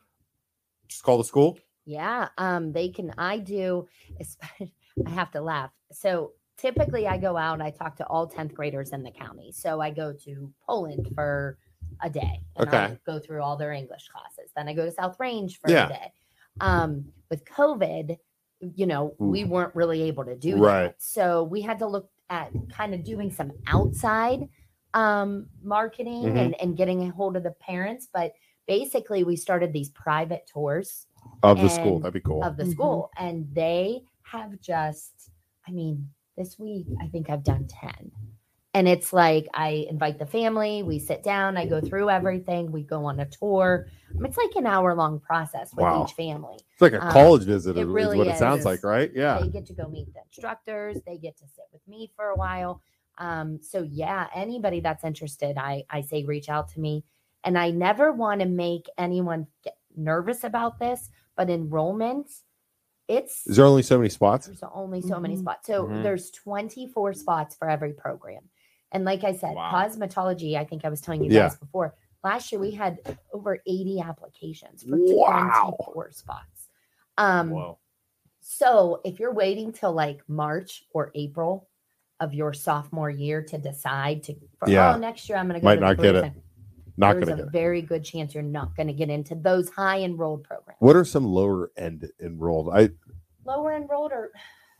just call the school. Yeah. Um, they can I do espe- I have to laugh. So typically I go out and I talk to all 10th graders in the county. So I go to Poland for a day and Okay. I go through all their English classes. Then I go to South Range for Yeah. a day. Um, with COVID, you know, we Ooh. weren't really able to do Right. that. So we had to look at kind of doing some outside um marketing Mhm. and, and getting a hold of the parents. But basically we started these private tours Of the school, And that'd be cool. of the Mhm. school and they have just i mean this week i think i've done 10 and it's like i invite the family we sit down i go through everything we go on a tour it's like an hour long process with Wow. each family it's like a um, college visit. it is really what it sounds is. like, right? Yeah. they get to go meet the instructors they get to sit with me for a while um, so yeah anybody that's interested i i say reach out to me and i never want to make anyone get nervous about this but enrollment it's Is Mm-hmm. there only so many spots? There's only so many Mhm. spots. So Mhm. there's 24 spots for every program. And like I said, Wow. cosmetology, I think I was telling you Yeah. guys before, last year we had over 80 applications for Wow. 24 spots. Um, Whoa. so if you're waiting till like March or April of your sophomore year to decide to, for, Yeah. oh, next year I'm going to go Might to not get Blueprint," Not there's gonna a get it. very good chance you're not going to get into those high enrolled programs. What are some lower end enrolled? I Lower enrolled or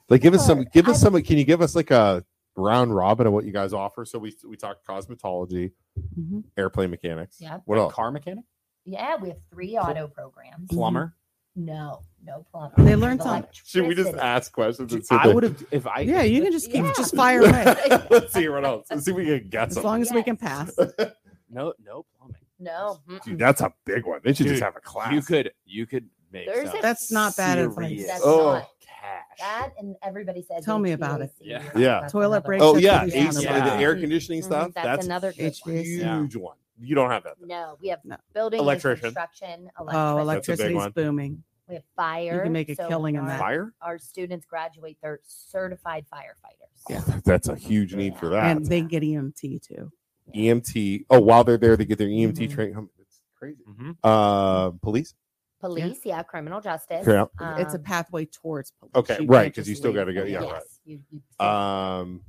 like give us some. Sure. Give us I- some. Can you give us like a round robin of what you guys offer? So we we talked cosmetology, Mhm. airplane mechanics. Yep. What else? Car mechanic, yeah, we have three auto programs. Mm-hmm. plumber. No, no plumber. Mm. They learned something. Should we just ask questions? Dude, And see if I they- would have if I. Yeah, you can just keep Yeah. just fire away Let's see what else. Let's see if we can get as some. long as we can Yes. pass. No, no plumbing. No. Dude, that's a big one. They should Dude, just have a class. You could you could make There's some a- That's not bad advice. serious That's Oh. not cash. that, and everybody says. Tell me about it. HVAC. Yeah. Yeah. That's Toilet another breaks oh one. Except yeah, for the AC animals. the air conditioning Mhm, stuff. That's, That's, another good a one. HVAC. huge one. You don't have that. No, we have No. building and Electrician. construction, Oh, That's a big electricity's one. booming. We have fire. You can make a killing in our- that. Fire? Our students graduate; they're certified firefighters. Yeah, that's a huge need for that. And they get EMT too. EMT. Oh, while they're there, they get their EMT Mm-hmm. Mhm. training. It's crazy. Mhm. Uh, police. Police, yeah, criminal justice. Yeah. it's a um, pathway towards police. Okay, You right, 'cause can't just you still leave. gotta go- yeah, yes, right. You, you Uh, Um,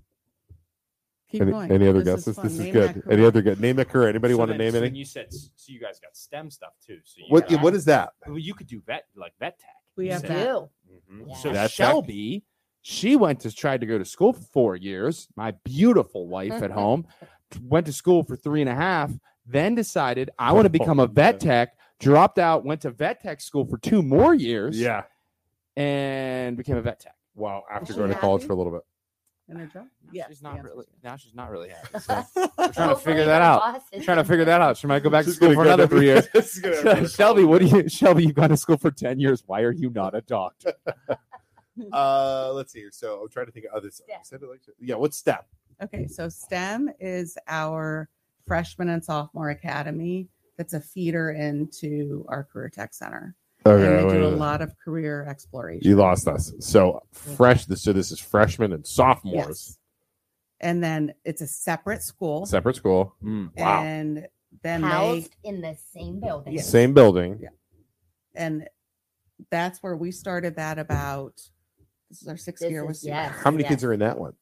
Keep any, going. any other This guesses? fun. this is Name good. that Any career. other good? Name that career. Anybody So want to then- name so then anything? You said so you guys got STEM stuff too. So you What? got- What is that? Well, you could do vet like vet tech. We You have said. that. do. Mhm. Mm-hmm. Yeah. So That tech- Shelby, she went to tried to go to school for four years. My beautiful wife at home went to school for three and a half. Then decided I want to become a vet tech. Dropped out, went to vet tech school for two more years, Yeah. and became a vet tech. Wow. After Is going she to college happy? for a little bit. in a job? Yeah, she's not the really. answer's Now she's not really happy. So yes. we're trying to Hopefully figure that her out. boss We're is- trying to figure that out. She might go back to She's school gonna for go another to- three years. She's gonna go to Shelby, college. what do you? Shelby, you've gone to school for ten years. Why are you not a doctor? Uh, let's see here. So I'm trying to think of other. Step. Said it like- Yeah, what's step? Okay, so STEM is our freshman and sophomore academy. That's a feeder into our career tech center, and they do a lot of career exploration. You lost us. So fresh. So this is freshmen and sophomores, Yes. And then it's a separate school, separate school. Hmm, wow. and then they housed in the same building. Yes. Same building. Yeah. and that's where we started that about. This is our sixth This year is- with yes. How many kids are in that one?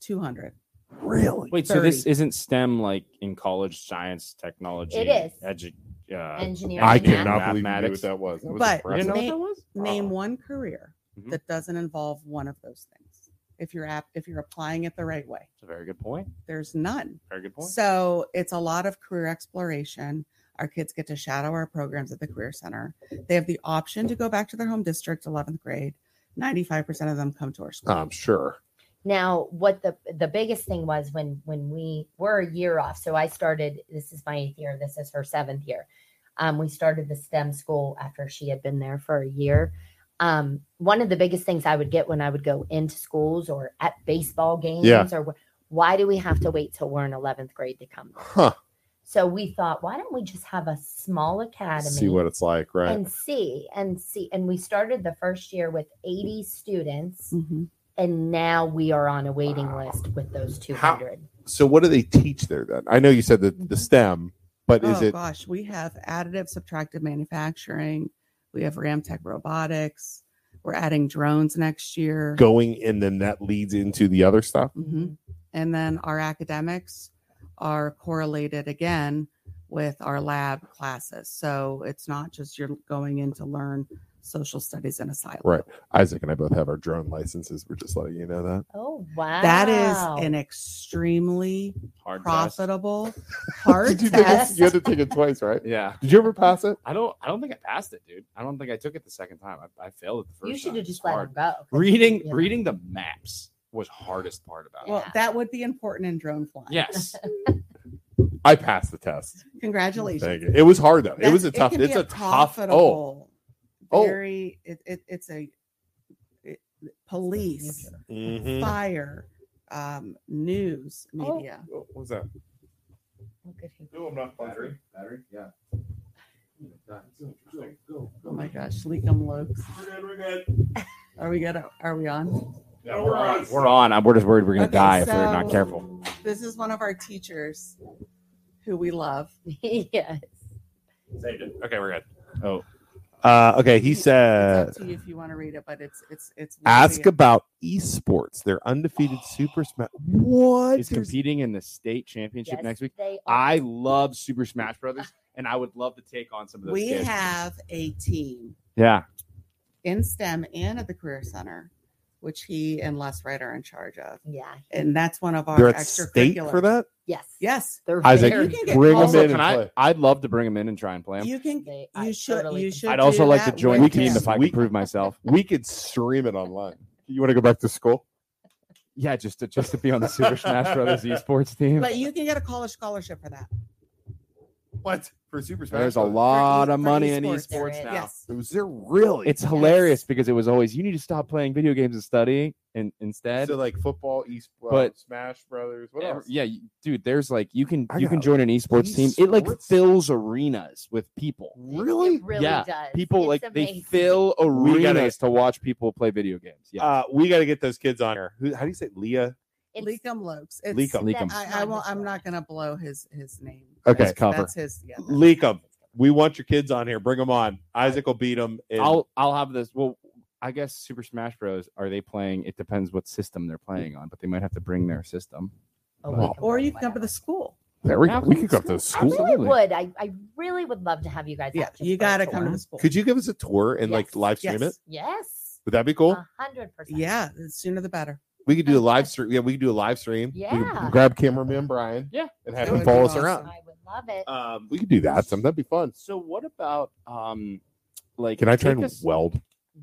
two hundred. Really? Wait, so this isn't STEM like in college, science, technology? It is. Edu- uh, Engineering. I and math. cannot believe you knew Mathematics. what that was. That was But you didn't know impressive. what Name- that was? Name Oh. one career Mm-hmm. Mhm. that doesn't involve one of those things. If you're app, if you're applying it the right way, That's a very good point. there's none. Very good point. So it's a lot of career exploration. Our kids get to shadow our programs at the Career Center. They have the option to go back to their home district, 11th grade. 95% of them come to our school. I'm sure. Now, what the the biggest thing was when when we were a year off. So I started. This is my eighth year. This is her seventh year. Um, we started the STEM school after she had been there for a year. Um, one of the biggest things I would get when I would go into schools or at baseball games Yeah. or wh- why do we have to wait till we're in eleventh grade to come? Huh. So we thought, why don't we just have a small academy? See what it's like, right? and see and see and we started the first year with 80 students Mhm. and now we are on a waiting Wow. list with those 200 so what do they teach there then? I know you said that the STEM, but is Mm-hmm. oh, it gosh. We have additive, subtractive manufacturing. We have Ramtech robotics. We're adding drones next year. going and then that leads into the other stuff? Mhm. And then our academics are correlated again with our lab classes. So it's not just you're going in to learn social studies in a silo. Right. Isaac and I both have our drone licenses. We're just letting you know that. oh wow That is an extremely Hard pass. profitable hard Did you, take it, test. you had to take it twice, right? Yeah. Did you ever pass it? I don't. I don't think I passed it, dude. I don't think I took it the second time. I, I failed it the first. you should time. have just It's let hard. them go 'cause, Reading you know, reading the maps was hardest part about it. Well, that would be important in drone flying. Yes. I passed the test. Congratulations. Thank you. It was hard though. it That's- was a tough. can be it's a, tough. Oh, Oh. very, it, it, it's a it, police, Mm-hmm. fire, um, news, Oh. media. What was that? look at who- No, I'm not hungry. Battery. Yeah. Oh my gosh, Leakum Lokes. Are we good? Are we on? we're on. We're on. I'm- We're just worried we're gonna Okay, die if we're so- not careful. This is one of our teachers who we love. yes Okay, we're good. Uh, okay, he Uh, said. it's up to you if you want to read it, but it's it's it's Ask literally- about esports. They're undefeated Super Smash. What? He's There's- competing in the state championship Yes, next week. they are. I love Super Smash Brothers, and I would love to take on some of those. we kids. have a team Yeah. in STEM and at the Career Center, which he and Les Wright are in charge of, yeah and that's one of our They're at state extracurriculars. for that. yes Yes, they're Isaac, very You can get bring calls him Also, in up. can and I? play. I'd love to bring him in and try and play him. you can. They- I You should. totally You can- should. I'd also do like to that join the with team him. if I We- could prove myself. We could stream it online. You want to go back to school? Yeah, just to just to be on the Super Smash Brothers esports team. But you can get a college scholarship for that. What for Super Smash? There's a Brothers? lot For of e- money for in esports, there esports is. now. Yes. Is there really? It's hilarious because it was always you need to stop playing video games and studying and instead. so like football, esports, But- Smash Brothers. What Ever- else? yeah, you- dude. There's like you can I you can got join an esports team. It like esports? fills arenas with people. Really? it really Yeah, does People It's like they amazing. fill We gotta- arenas to watch people play video games. Yeah, Uh, we got to get those kids on here. Who, how do you say it? Leah? It's- Leakum Lokes. It's, Leakum. Leakum. I, I won't. I'm not going to blow his his name. Okay. That's- Cover. That's his. Yeah. that's- Leak 'em. We want your kids on here. Bring them on. Isaac will beat them. I'll I'll have this. Well, I guess Super Smash Bros. Are they playing? It depends what system they're playing on, but they might have to bring their system. Oh, we can Or do you can come to whatever. the school. there we, Yeah, we could go up to I school. really Absolutely. would. I, I really would love to have you guys. Yeah, out just you for a got to tour. come to the school. Could you give us a tour and like Yes. live stream Yes. Uh, it? Yes, Would that be cool? a hundred percent. Yeah, the sooner the better. we could do a live stream. Yeah, we could do a live stream. We could Yeah. grab cameraman Brian. Yeah. and have That him would follow be us around. I would love it. Uh, Um, we could do that. Some that'd be fun. So what about um like Can I try and take us- weld? Mhm.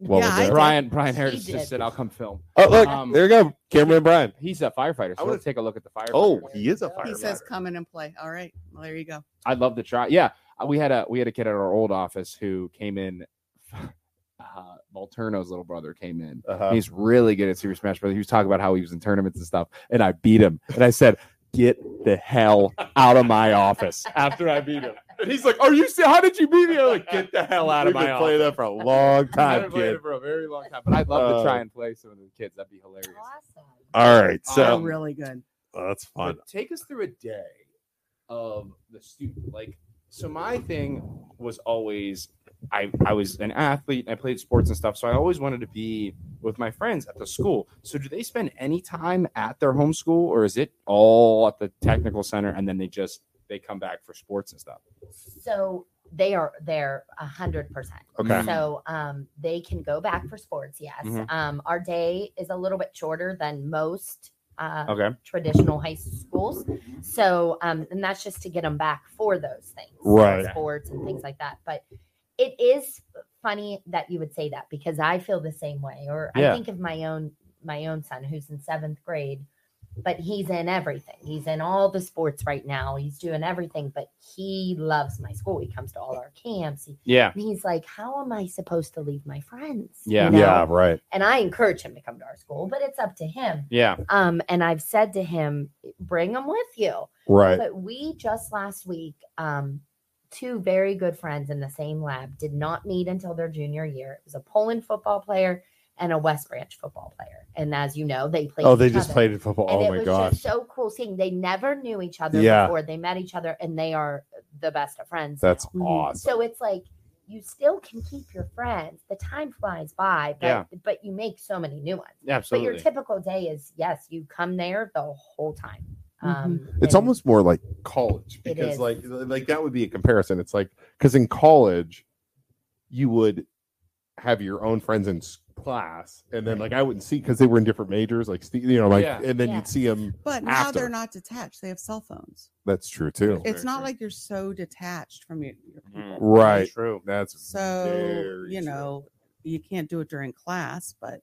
Well, Mm-hmm. Yeah, we're I there. Brian Brian He Heritage did. just said, "I'll come film." oh, look, um, there you go, cameraman Brian. He's a firefighter, I so would've- let's take a look at the firefighter. Oh, he is a He firefighter. He says, "Come in and play." All right, well there you go. I'd love to try. Yeah, uh, we had a we had a kid at our old office who came in. Uh, Volturno's little brother came in. Uh-huh. He's really good at Super Smash Bros. He was talking about how he was in tournaments and stuff, and I beat him. And I said, "Get the hell out of my office!" After I beat him, and he's like, "Are you? se- How did you beat me?" I'm like, "Get the hell out We've of my been office!" playing that for a long I time, haven't played kid. it for a very long time, but I'd love Uh, to try and play some of the kids. That'd be hilarious. Awesome. All right, so They're Um, really good. Oh, that's fun. But take us through a day of the student. Like, so my thing was always I, I was an athlete. I played sports and stuff. So I always wanted to be with my friends at the school. So do they spend any time at their home school or is it all at the technical center and then they just they come back for sports and stuff? So they are there a hundred percent. Okay. So um, they can go back for sports. Yes. Mhm. Um, our day is a little bit shorter than most uh, Okay. traditional high schools. So um, and that's just to get them back for those things, Right. Sports and things like that. But it is funny that you would say that because I feel the same way. Or Yeah. I think of my own my own son who's in seventh grade, but he's in everything. He's in all the sports right now. He's doing everything, but he loves my school. He comes to all our camps. He, Yeah. and he's like, How am I supposed to leave my friends? Yeah. You know? Yeah, right. And I encourage him to come to our school, but it's up to him. Yeah. Um, and I've said to him, Bring them with you. Right. But we just last week, um, two very good friends in the same lab did not meet until their junior year. It was a Poland football player and a West Branch football player. And as you know, they played. Oh, they each just other. played in football. And Oh it my was gosh. just so cool seeing they never knew each other Yeah. before. They met each other and they are the best of friends. That's Mhm. Mm-hmm. awesome. So it's like you still can keep your friends. The time flies by, but Yeah. but you make so many new ones. Absolutely. But your typical day is yes, you come there the whole time. Um, It's and- almost more like college It because is. like like that would be a comparison. It's like because in college you would have your own friends in s- class, and then like I wouldn't see because they were in different majors. Like Steve, you know, like Yeah. and then Yeah. you'd see them. But now After. they're not detached. They have cell phones. That's true too. Very It's not true. like you're so detached from your, your people. Mhm. Right. True. That's So very you true. know, you can't do it during class, but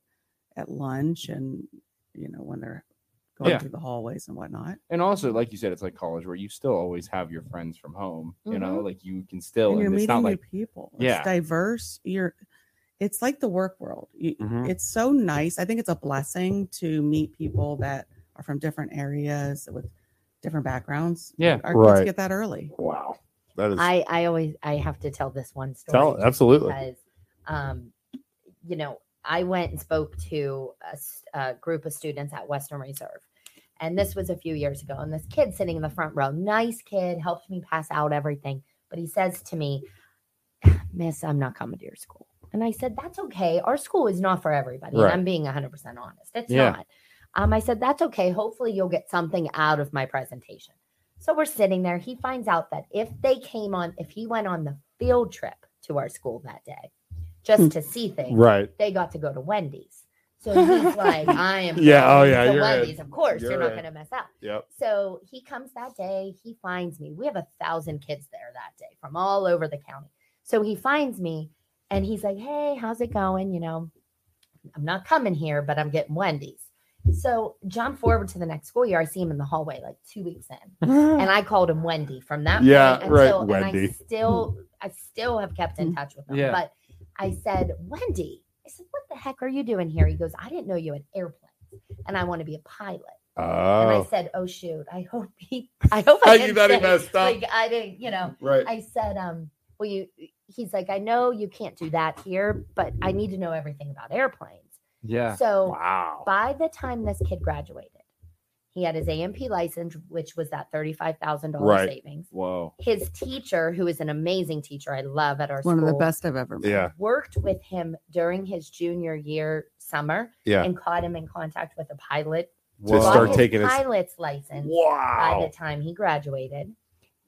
at lunch and you know when they're going Yeah. through the hallways and whatnot. And also, like you said, it's like college where you still always have your friends from home. You know, Mhm. like you can still Mm-hmm. and and, you're it's meeting not new like people. Yeah. It's diverse. You're it's like the work world. You, Mm-hmm. Mhm. It's so nice. I think it's a blessing to meet people that are from different areas with different backgrounds. Yeah. Our Right. kids get that early. wow. That is I I always I have to tell this one story. tell absolutely. because um, you know i went and spoke to a, s- a group of students at western reserve and this was a few years ago and this kid sitting in the front row nice kid helped me pass out everything but he says to me miss i'm not coming to your school and i said that's okay our school is not for everybody Right. and i'm being 100% honest it's Yeah. not um, i said that's okay hopefully you'll get something out of my presentation so we're sitting there. He finds out that if they came on, if he went on the field trip to our school that day, Hmm. just to see things, Right. they got to go to Wendy's. So he's like, I am Yeah, oh, going yeah, to you're in. Wendy's, of course. You're, You're not in. gonna mess up. Yep. So he comes that day, he finds me. We have a thousand kids there that day from all over the county. So he finds me and he's like, Hey, how's it going? You know, I'm not coming here, but I'm getting Wendy's. So jump forward to the next school year. I see him in the hallway like two weeks in and I called him Wendy from that. Yeah, point right, until, Wendy. And I still, I still have kept in touch with him. Mm-hmm. Yeah. But I said, Wendy, I said, what the heck are you doing here? He goes, I didn't know you had airplanes, and I want to be a pilot. And I Oh. said, oh shoot, I hope he, I hope I You didn't thought he say- messed up. Like I didn't, you know. Right. I said, um, well, you. He's like, I know you can't do that here, but I need to know everything about airplanes. yeah. So Wow. by the time this kid graduated, he had his AMP license, which was that thirty-five thousand Right. dollars savings. Whoa. His teacher, who is an amazing teacher, I love at our One of school, the best I've ever met. Yeah. worked with him during his junior year summer Yeah. and caught him in contact with a pilot. Just got Whoa. start his taking his pilot's license by Wow. the time he graduated,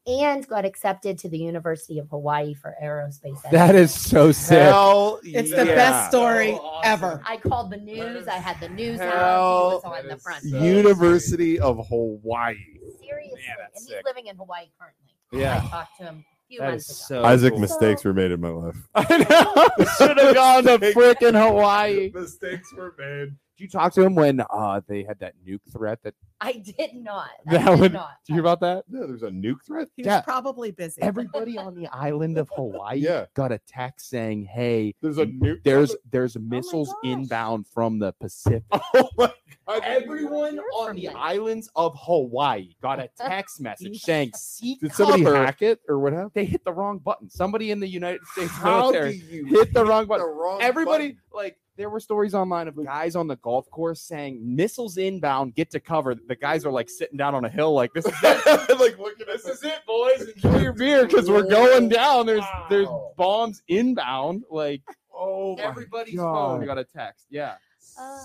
and got accepted to the University of Hawaii for aerospace. That engineering. is so sick. Hell It's yeah. the best story So awesome. ever. I called the news. I had the news. on. He Hell, was on that the is front. so University of Hawaii. Seriously, Man, that's and he's sick. living in Hawaii currently. Yeah. I talked to him few That is months ago. so Oh, Isaac cool. mistakes were made in my life. I know. Should have gone to freaking Hawaii. Did Mistakes were made. you talk to him when uh, they had that nuke threat? That I did not. That I did would- not. did you hear about that? Yeah, there's a nuke threat. He was Yeah. probably busy. Everybody on the island of Hawaii Yeah. got a text saying, "Hey, There's a nuke. there's there's missiles gosh. inbound from the Pacific." oh my god. Everyone You're on from the there. islands of Hawaii got a text message saying, "Seek Did somebody cover." hack it or what happened? They hit the wrong button. Somebody in the United States How do military you hit the wrong button. wrong Everybody, like, there were stories online of guys on the golf course saying, "Missiles inbound, get to cover." The guys are like sitting down on a hill, like this. Is it. button? like looking at This is it, boys. Enjoy your beer because we're going down. There's there's Wow. bombs inbound. Like Oh my everybody's God. phone got a text. Yeah.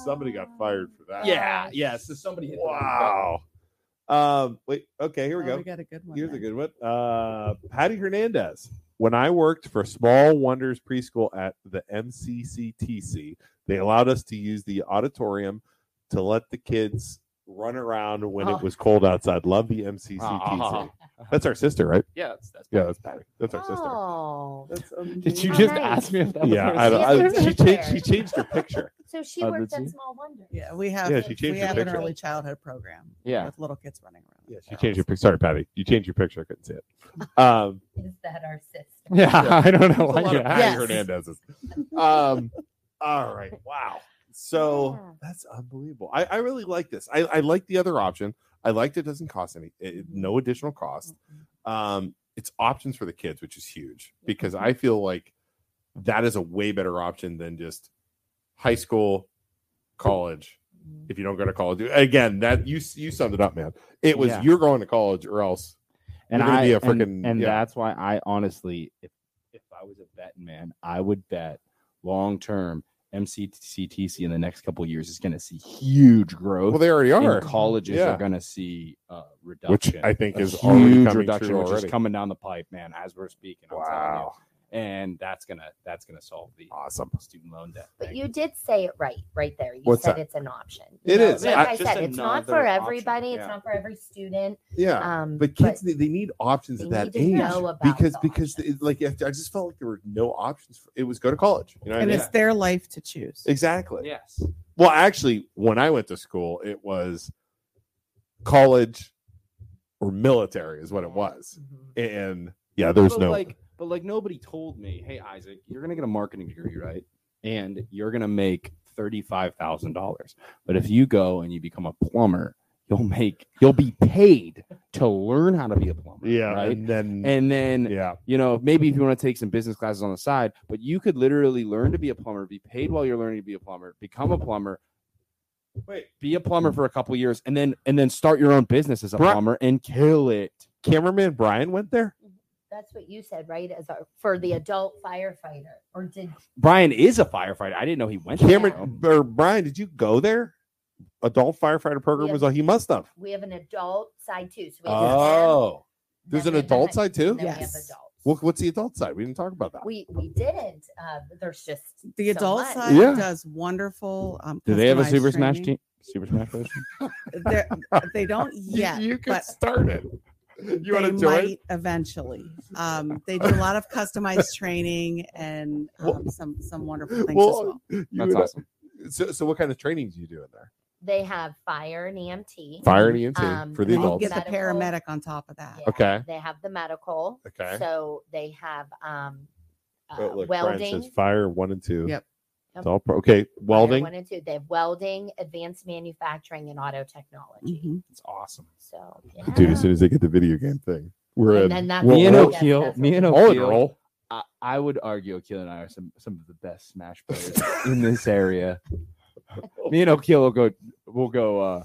Somebody got fired for that. Yeah. Yeah. So somebody hit the wrong button. Wow. Um. Wait. Okay. Here we Oh, go. We got a good one. Here's a then. good one. Uh, Patty Hernandez. When I worked for Small Wonders Preschool at the MCCTC, they allowed us to use the auditorium to let the kids run around when Oh. it was cold outside. Love the MCCTC. Ah. That's our sister, right? Yeah, that's that's Yeah, that's Patty. That's our sister. Oh. That's Did you Oh, just nice. ask me if that yeah, was I don't, I, sister? she changed. She changed her picture. So she Uh, worked at Lindsay? Small Wonders. Yeah, we have. Yeah, she changed we her have an picture. early childhood program. Yeah. with little kids running around. Yeah, she changed her picture. Sorry, Patty. You changed your picture. I couldn't see it. Um, Is that our sister? Yeah, I don't know There's a why lot you of Patty Yes. Hernandez's. Um, all right. Wow. So Yeah. that's unbelievable. I, I really like this. I, I like the other option. I liked it doesn't cost any, it, it- no additional cost. Um, it's options for the kids, which is huge because Mm-hmm. I feel like that is a way better option than just high school, college. If you don't go to college, again, that you you summed it up, man. It was Yeah. you're going to college or else. and You're gonna I be a and, frickin'- and yeah. that's why I honestly, if if I was a betting man, I would bet long term MCCTC in the next couple of years is going to see huge growth. Well, they already And are. colleges Yeah. are going to see uh, reduction, Which I think a is already huge coming reduction, true which already. is coming down the pipe, man, as we're speaking. I'm telling you. wow, and that's gonna that's gonna solve the awesome. student loan debt. But thing. you did say it right, right there. You What's said that? it's an option. It It is. is. Like I- I, just said, it's not another for option, everybody. yeah. It's not for every student. Yeah. Um, but kids they, they need options they at that need to age know about because the because options. it- like I I just felt like there were no options. For, it was go to college, you know what I and mean? it's their life to choose. Exactly. yes, Well, actually, when I went to school, it was college or military is what it was, mm-hmm. and yeah, there's but no like, but like nobody told me, hey Isaac, you're gonna get a marketing degree, right? And you're gonna make thirty five thousand dollars. But if you go and you become a plumber, you'll make you'll be paid to learn how to be a plumber. yeah, right. and then And then yeah, you know, maybe if you want to take some business classes on the side, but you could literally learn to be a plumber, be paid while you're learning to be a plumber, become a plumber. Wait, be a plumber for a couple years, and then and then start your own business as a Bruh. plumber and kill it. cameraman Brian went there. That's what you said, right? As a, for the adult firefighter, or did Brian is a firefighter. I didn't know he went. to Cameron or Brian, did you go there? Adult firefighter program Yeah. was all he must have. we have an adult side too? So we have STEM, Oh, then there's we an have adult the- side then too. we have Yes. adults. What, what's the adult side? We didn't talk about that. we we didn't. Uh, there's just The so adult much. side Yeah. does wonderful. Um, Do they have a customized Super Smash training. team? Super Smash Bros. They're- They don't yet. you could but- start it. You want they to join? might eventually. Um, they do a lot of customized training and um, Well- some some wonderful things as well. Well, you That's would- awesome. so, so what kind of training do you do in there? They have fire and E EMT. Fire and EMT Um, for the And you all adults. get the Medical. paramedic on top of that. Yeah. Okay. They have the medical. Okay. So they have um, uh, Oh, look, Brian welding. says fire one and two. Yep. It's all pro- okay. fire Welding. One and two. They have welding, advanced manufacturing, and auto technology. Mm-hmm. Mhm. It's awesome. So, Dude, as yeah. soon as they get the video game thing, we're And in. then that's- Well, me and well, yes, O'Keel, that's me and all in O'Keel, roll. I, I would argue O'Keel and I are some some of the best Smash players in this area. Me and O'Keel will go. We'll go uh,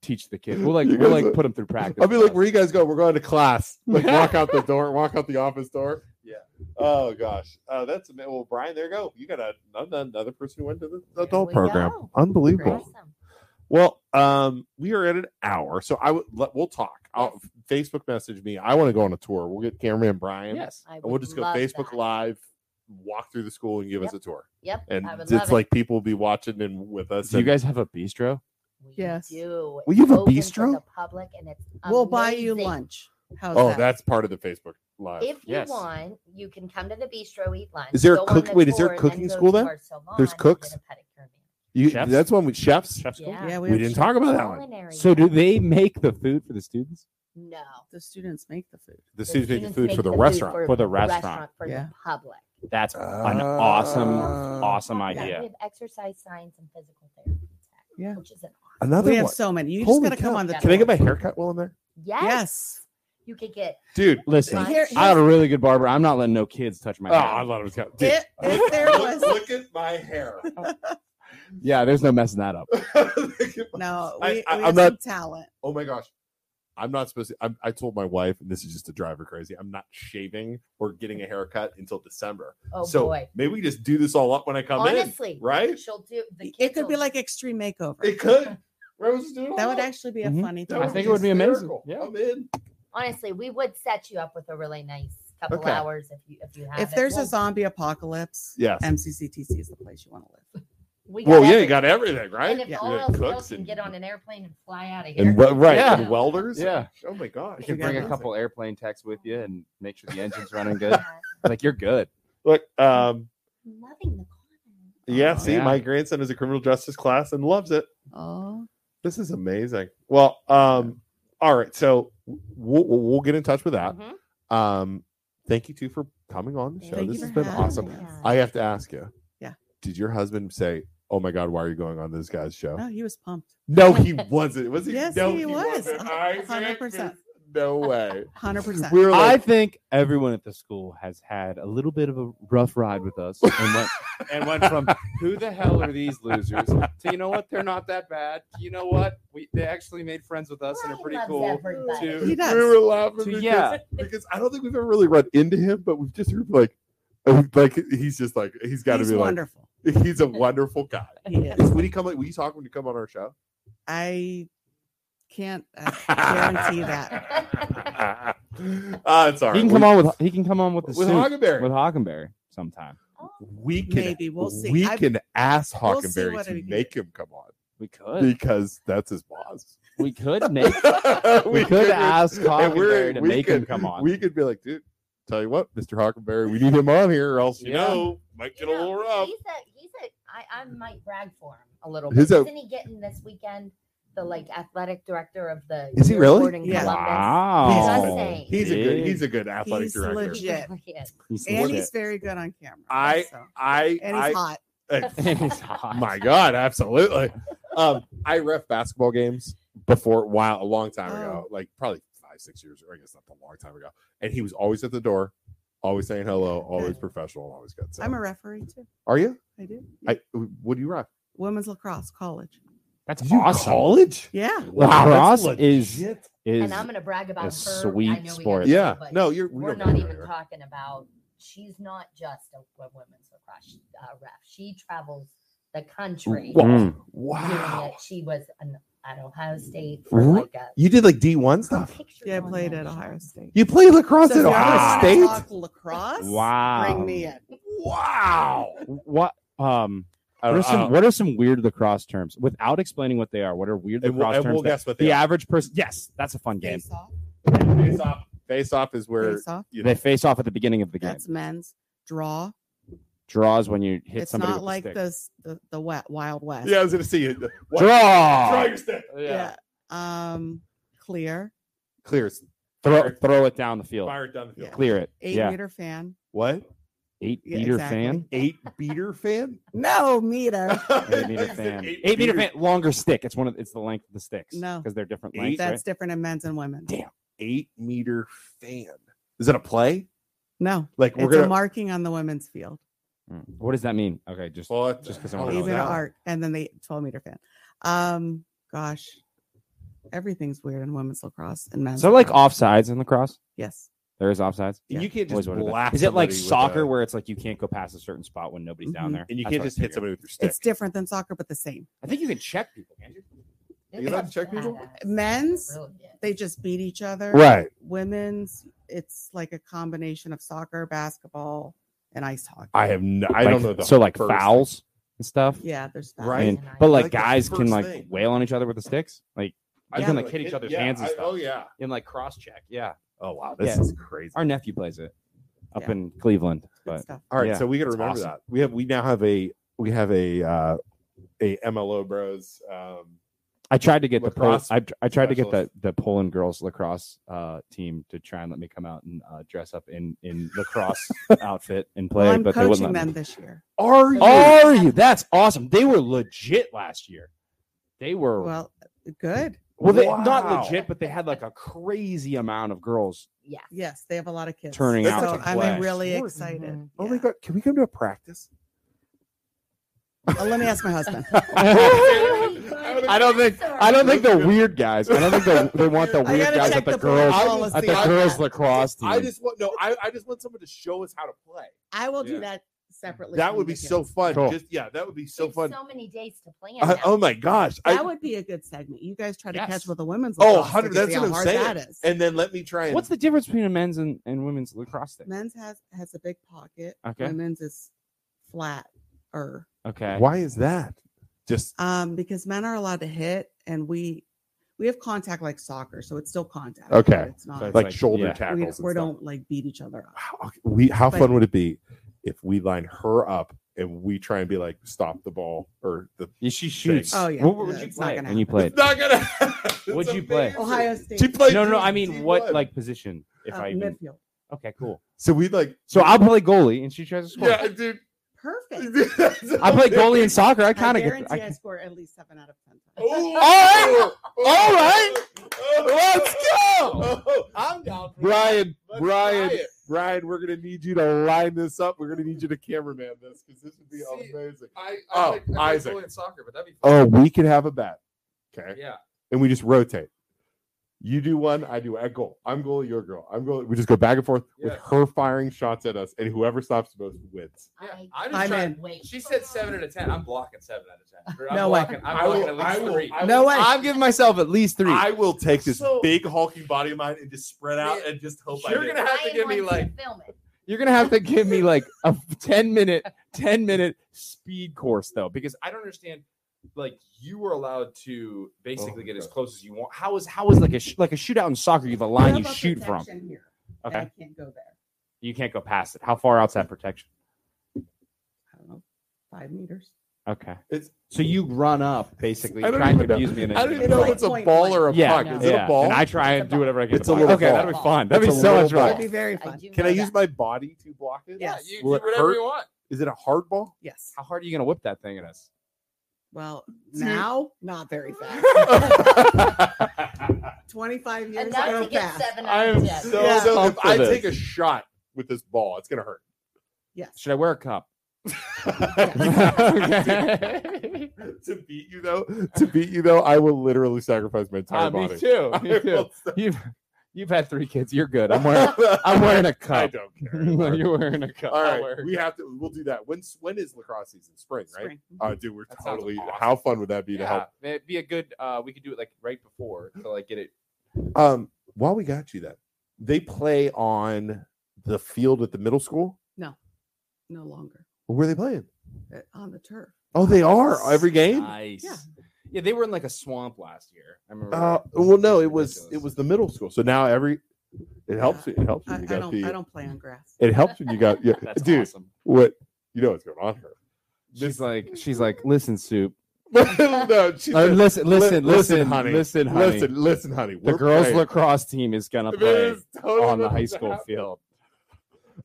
teach the kid. We'll like You we'll guys like are- put him through practice. I'll be with like, us. where you guys go? We're going to class. Like, walk out the door, walk out the office door. Yeah. Oh gosh. Uh, that's ama- well, Brian. There you go. You got a, another another person who went to the There adult we program. go. Unbelievable. Awesome. Well, um, we are at an hour, so I would let we'll talk. I'll Facebook message me. I want to go on a tour. We'll get cameraman Brian, yes. I and we'll would just go love Facebook that. Live, walk through the school, and give us a tour. Yep. And I would love it's it. like people will be watching and with us. Do you and- guys have a bistro? We Yes. do. Well, you have a Open to bistro? The public and it's We'll buy you amazing. lunch. How's Oh, that? that's part of the Facebook live. If you Yes. want, you can come to the bistro, eat lunch. Is there a go on cook- the wait, is there a tour, cooking then go school to then? our salon There's and cooks? get a pedicure. you, Chefs? that's one with chefs. Chef's cool. Yeah. yeah, We have didn't sh- talk about that one. Culinary So do class. they make the food for the students? No. The students make the food. The The students making students food make for the food restaurant. For the restaurant. for Yeah. the public. That's an Ah. awesome, awesome Yeah, We idea. have exercise science and physical therapy. tech, Yeah. Which is an awesome. Another we have one. so many. You Holy just got to come cow. on the. Can I get tour. my haircut while I'm there? Yes. Yes. You could get Dude. Oh Listen, Lunch. Here- I had a really good barber. I'm not letting no kids touch my Oh, I hair. love it. Dude. If, if there was Look at my hair. yeah, there's no messing that up. Look at my- no, I- we, we I- have I'm not- some talent. oh my gosh. I'm not supposed to. I'm, I told my wife, and this is just to drive her crazy. I'm not shaving or getting a haircut until December. oh so boy. maybe we just do this all up when I come Honestly, in, right? She'll do the It kids could be will- like extreme makeover. It could. Right, we'll just do it all that would up. actually be a Mhm. funny That thing. I would think be it would be amazing. hysterical. Yeah. I'm in. honestly, we would set you up with a really nice couple Okay. hours if you if you have if it. there's We'll- a zombie apocalypse, Yes. MCCTC is the place you want to live. we Well, yeah, you everything. got everything, right? And if Yeah. all The else fails, cooks you can and- get on an airplane and fly out of here. And what, right? Yeah. And welders. Yeah. Oh my gosh. You can Yeah. bring a couple airplane techs with you and make sure the engine's running good. Like you're good. Look, um, Loving the climate. yeah. Oh, see, yeah. my grandson is a criminal justice class and loves it. Oh, This is amazing. Well, um, all right. So we'll, we'll we'll get in touch with that. Mhm. Um, thank you two for coming on the show. Mm-hmm. Thank this you has for been having awesome. me. I have to ask you. Yeah. Did your husband say, "Oh my God, why are you going on this guy's show"? no, he was pumped. No, he wasn't. Was he? Oh. Yes, no, he was. wasn't. A- I a hundred think percent. there's No way. 100%. We were I like, think everyone at the school has had a little bit of a rough ride with us and went, and went from who the hell are these losers to you know what they're not that bad. You know what? We they actually made friends with us and are Ryan pretty loves cool. everybody. to- He does. we were laughing To- because, yeah. because I don't think we've ever really run into him, but we've just heard like, oh, like he's just like he's got to He's be wonderful. like he's a wonderful guy. He is. Is, when he come, like, will you talk when you come on our show? I can't uh, guarantee that. that. uh, it's all right. He can We- come on with he can come on with the with suit, Hockenberry. with Hockenberry sometime. Oh, we can Maybe. We'll see. We I've- can ask We'll see Hockenberry what to we can make him come on We could because that's his boss. we could make we, could, could- ask and we're- Hockenberry to we make him could- come on. We could be like, dude, tell you what, Mr. Hockenberry, we need him on here, or else you Yeah. know might get You a know, little rough. He's a he's a I, I might brag for him a little He's bit. a- Isn't he getting this weekend the like athletic director of the Is he year really? award in Yeah. Columbus? Wow. He's- He's a good. He's a good athletic He's director. legit. Yeah. He is. He's And legit. he's very good on camera. I- so. I. And he's I- hot. And he's hot. My God, absolutely. Um, I ref basketball games before while a long time ago, like probably five, six years, or I guess not a long time ago. And he was always at the door, always saying hello, always Good. professional, always good. So, I'm a referee too. are you? I do. I, what do you ref? Women's lacrosse college. That's You awesome. College? Yeah. Lacrosse that's is- legit. Is and I'm gonna brag about a her. sweet I know we gotta sport. go, yeah. but No, you're. we we're don't not go even anywhere. talking about. She's not just a, wo- women's lacrosse uh, ref. She travels the country. Whoa. Mm. Doing Wow. it. She was an, at Ohio State for Really? like a You did like D one stuff. picture. Oh, Yeah, I played at Ohio State. You play lacrosse So if at y'all Ohio wanna State. talk lacrosse? wow. Bring me in. Wow. What um I what don't- are, I some, don't- what are some weird lacrosse terms without explaining what they are? What are weird and we'll, lacrosse and terms? we'll that guess what they the are. average person, yes, that's a fun game. Face off. Face off. Face off is where Face off. you know, They face off at the beginning of the game. That's men's draw. Draws when you hit it's somebody. not with like a stick. this the the wet wild west. Yeah, I was gonna see it. What? draw. Draw your stick. Yeah. Um clear. Clears. Throw throw it down the field. Fire it down the field. Yeah. Clear it. Eight yeah. meter fan. What? Eight Yeah, meter exactly. fan. Eight beater fan? No meter. Eight meter fan. Eight, meter fan. Longer stick. It's one of it's the length of the sticks. No. because they're different Eight? lengths. That's right? different in men's and women. Damn. Eight meter fan. Is it a play? No. Like we're it's gonna a marking on the women's field. Mm. What does that mean? Okay, just What Just the 'cause I hell wanna know. is Even an that? arc. And then the 12 meter fan. Um, gosh. Everything's weird in women's lacrosse and men's. so like lacrosse. offsides in lacrosse. Yes. There is offsides. Yeah. You can't Always just wondered that. blast. Is it like somebody with soccer a- Mm-hmm. where it's like you can't go past a certain spot when nobody's down Mhm. there? and you That's can't what I just hit figured. somebody with your stick? It's different than soccer, but the same. I think you can check people. Can't you? You allowed to check people? Men's, They just beat each other. Right. Women's, it's like a combination of soccer, basketball, and ice hockey. I have no. I Like, don't know. The so like first- fouls and stuff. yeah, there's that. Right. And- but like, Like the guys can first like thing. wail on each other with the sticks, like I you don't can like know, hit it- each other's yeah, hands and I- stuff. Oh yeah. in like cross check. Yeah. Oh wow, this Yeah. is crazy. Our nephew plays it up Yeah. in Cleveland, Good but stuff. All right, Yeah, so we got to it's remember awesome. that we have we now have a we have a uh, a MLO Bros. Um, I tried to get Lacrosse the pro, I, I tried to get the, specialist. the Poland girls lacrosse uh, team to try and let me come out and uh, dress up in in lacrosse outfit and play, Well, I'm but they wouldn't coaching let me. them this year. are Are you? That's awesome. They were legit last year. They were well, Well, good. they, not Wow. legit, but they had like a crazy amount of girls. Yeah. Yes, they have a lot of kids Turning out So to I'm play. really Sports. excited. Mhm. Oh my Yeah. god, can we come to a practice? Uh, let me ask my husband. I don't think I don't think the weird guys. I don't think they, they want the I weird gotta guys check at the the girls policy at the on girls that. lacrosse team. I just want no. I, I just want someone to show us how to play. I will Yeah. do that separately. That from would the be so kids. fun. Cool. Just yeah, that would be so fun. So many days to plan. I- now. oh my gosh! I, That would be a good segment. You guys try to Yes. catch with the women's. Oh, lacrosse to 100 see that's what how I'm hard saying. That is. and then let me try and What's the difference between a men's and, and women's lacrosse thing? Men's has has a big pocket. Okay. Women's is flat or Okay. why is that? Just um because men are allowed to hit and we we have contact like soccer, so it's still contact. but Okay. It's not So it's like, like- shoulder yeah. we, tackles. and we stuff. don't like beat each other up. Wow, okay, we how But- fun would it be if we line her up and we try and be like stop the ball or the Yeah, she shoots. Oh, yeah. What, what would No, you it's not play? gonna And you played. happen. It's not gonna What'd It's you play? amazing. Ohio State. She played No, no, no. D- I mean, D1. what like position? If uh, I even, midfield. okay, cool. So we like So I'll play goalie, and she tries to score. yeah, dude. Perfect. I I play goalie in soccer. I kind of get. guarantee I, I, score at least seven out of ten times. All right. All right. let's go. go. I'm down, for that. Brian, Let's Brian, try it. Brian. We're gonna need you to line this up. We're gonna need you to cameraman this because this would be See- amazing. I, Oh, I like I Isaac. Isaac. in soccer, but that'd be fun. Oh, we could have a bet. Okay. Yeah. and we just rotate. You do one, I do a goal. I'm goal, your girl. I'm goal. We just go back and forth with Yeah. her firing shots at us, and whoever stops the most wins. yeah. I I'm just I'm trying. in. Wait. She said seven out of ten. I'm blocking seven out of ten. Or I'm No way. blocking, I'm I blocking will- at I least will- three. I No way. I'm giving myself at least three. I will take this So- big hulking body of mine and just spread out Yeah. and just hope You're I gonna have to Ryan give me, wants to like- film it. You're gonna have to give me like a ten minute, ten minute speed course though, because Because I don't understand. Like you were allowed to basically Oh, get as God. close as you want. how is how is like a sh- like a shootout in soccer? You have a line How you about shoot from. protection Here, okay. Okay, I can't go there. you can't go past it. How far out's that protection? I don't know, five meters. Okay, It's- so you run up basically I don't trying to even know. confuse me. And I don't even know if it's a Point ball blank. or a yeah, puck. no. Is yeah. it a ball? And I try and It's a do whatever I can. It's to a block. little okay. ball. That'd be fun. That'd It's be a so little much ball. That'd fun. be very fun. do Can I know use that. my body to block it? Yeah, Yes. you Will do it whatever hurt? you want. Is it a hard ball? Yes. How hard are you gonna whip that thing at us? Well, Dude. now not very fast. Twenty-five years Enough ago to get fast. seven I out am of ten. so, Yeah. so if Pumped for I this. take a shot with this ball, it's gonna hurt. Yes. Should I wear a cup? Okay. to beat you though, to beat you though, I will literally sacrifice my entire Ah, me body. too. I Me too. will sa- You've you've had three kids. You're good. I'm wearing I'm wearing a I cup. don't care. anymore. You're wearing a cup. All I'll right, wear a we have to. We'll do that. When's when is lacrosse season? Spring, right? Spring. Oh, dude, we're That sounds totally. awesome. How fun would that be to Yeah, help? it'd be a good. Uh, we could do it like right before to like get it. Um, while we got you, then they play on the field at the middle school. No longer Where are they playing? Uh, on the turf. Oh, they are every game. Nice. Yeah. Yeah, they were in like a swamp last year. I remember. Uh, that. well, no, it was Ridiculous. it was the middle school. So now every it helps. you. It helps. I, when I you got don't. the, I don't play on grass. It helps when you got yeah, That's dude. awesome. What you know what's going on here? She's like, she's like, listen, soup. no, she Uh, said, listen, "Li- listen, listen, honey. Listen, honey. listen, listen, honey. the we're girls' playing. lacrosse team is gonna It play is totally on the what's high school happening. field.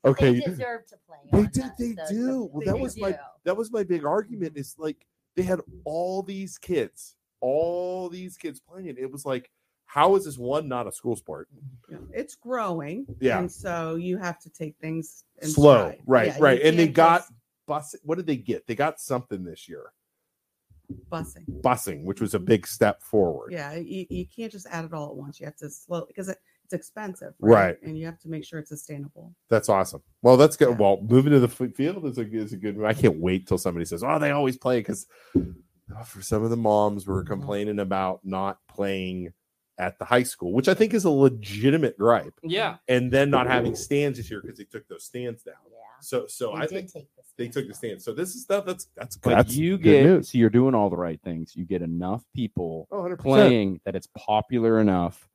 Okay, They deserve to play. They on do- that, they so- do. so Well, that they was my- do. that was my big argument. Mm-hmm. Is like they had all these kids, all these kids playing. It was like, how is this one not a school sport? Yeah. It's growing. Yeah. And so you have to take things in Slow, stride. right, Yeah, you right. And they can't got just- bus. What did they get? They got something this year, busing. busing, which was a big step forward. Yeah. You, you can't just add it all at once. You have to slow because it, it's expensive. Right. And you have to make sure it's sustainable. That's awesome. Well, that's good. Yeah. Well, moving to the f- field is a, is a good. I can't wait till somebody says, "Oh, they always play." Because for some of the moms were Mm-hmm. complaining about not playing at the high school, which I think is a legitimate gripe, Yeah, and then not having stands this year because they took those stands down. Yeah. So, so They I did think take the they took the stands. So this is stuff that's that's but that's you good get news. so you're doing all the right things. You get enough people Oh, 100%. Mm-hmm. playing that it's popular enough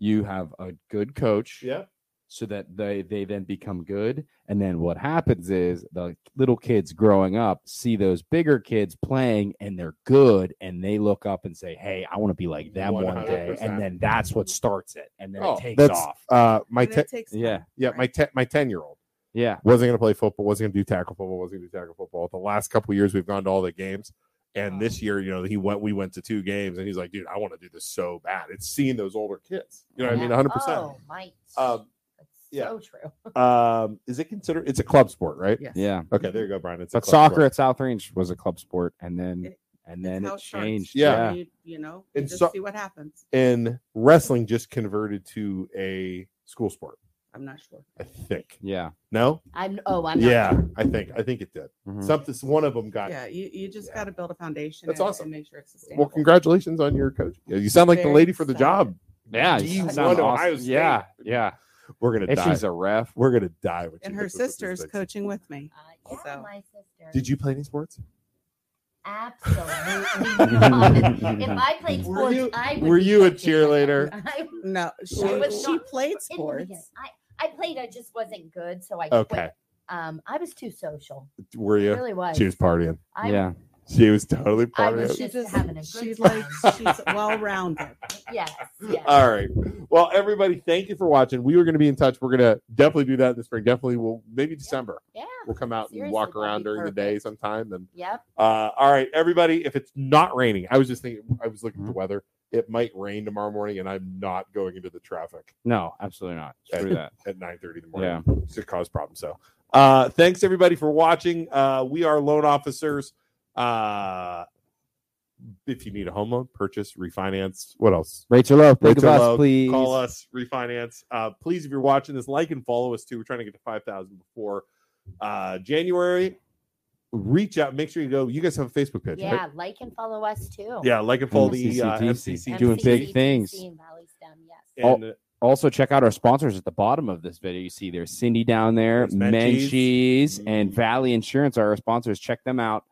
you have a good coach Yeah. so that they they then become good and then what happens is the little kids growing up see those bigger kids playing and they're good and they look up and say hey i want to be like them one day 100%. and then that's what starts it and then Oh, it takes that's off uh, my And te- it takes time. yeah yeah my te- my ten year old yeah wasn't going to play football, wasn't going to do tackle football, wasn't going to do tackle football. The last couple years, we've gone to all the games, and Wow. this year, you know, he went. We went to two games, and he's like, "Dude, I want to do this so bad." It's seeing those older kids. You know what I mean? One hundred percent. Oh, my. Um, That's yeah. so true. Um, is it considered? It's a club sport, right? Yes. yeah Okay, there you go, Brian. It's a but club soccer sport. at south range was a club sport and then It- and then That's how it starts. changed Yeah. You, you know, you And just so- see what happens. and wrestling just converted to a school sport. I'm not sure. I think. yeah No. I'm. Oh, I'm. Not Yeah, sure. I think. I think it did. Mhm. Something. One of them got. Yeah, you, you just Yeah. got to build a foundation. That's and, awesome. And make sure it's sustainable. Well, congratulations on your coach. Yeah, You sound like the Very lady for the excited. job. yeah D you one sound Ohio awesome. State. yeah yeah We're gonna if die. she's a ref We're gonna die with And you. her This is- this is sister's big. coaching with me. Uh, yeah, So- my sister. Did you play any sports? Absolutely not. if I played Were sports, you- I would were be you a coaching right now. cheerleader? I No, she, I was she not- played in the beginning, sports. I, I played. I just wasn't good, so I Okay. quit. Um, I was too social. Were I you? really was. She was partying. I, yeah She was totally I partying. was She just, just- having a good She time. likes she's well rounded. yes, Uh, yes. All right. Well, everybody, thank you for watching. We were going to be in touch. We're going to definitely do that in the spring. Definitely, we'll maybe December. Yeah. We'll come out and Seriously, walk that'd around be during the day sometime. And Yep. uh, all right, everybody, if it's not raining, I was just thinking, I was looking at the weather. It might rain tomorrow morning, and I'm not going into the traffic no absolutely not screw that at 9 30 in the morning. It's a cause problem. So uh thanks everybody for watching. Uh we are loan officers. Uh if you need a home loan, purchase, refinance, what else? Rachel Lowe, think Rates are of us, low. please. Call us, refinance. Uh please, if you're watching this, like and follow us too. We're trying to get to five thousand before uh January. Reach out, make sure you go. You guys have a Facebook page, Yeah. right? Like and follow us too. Yeah, like and follow the uh, MCCDC. MCC Doing big Oh, MCCTC things. and Valley STEM, yes. and uh, Also, check out our sponsors at the bottom of this video. You see there's Cindy down there, There's Menchie's. Menchie's, and Mm. Valley Insurance are our sponsors. Check them out.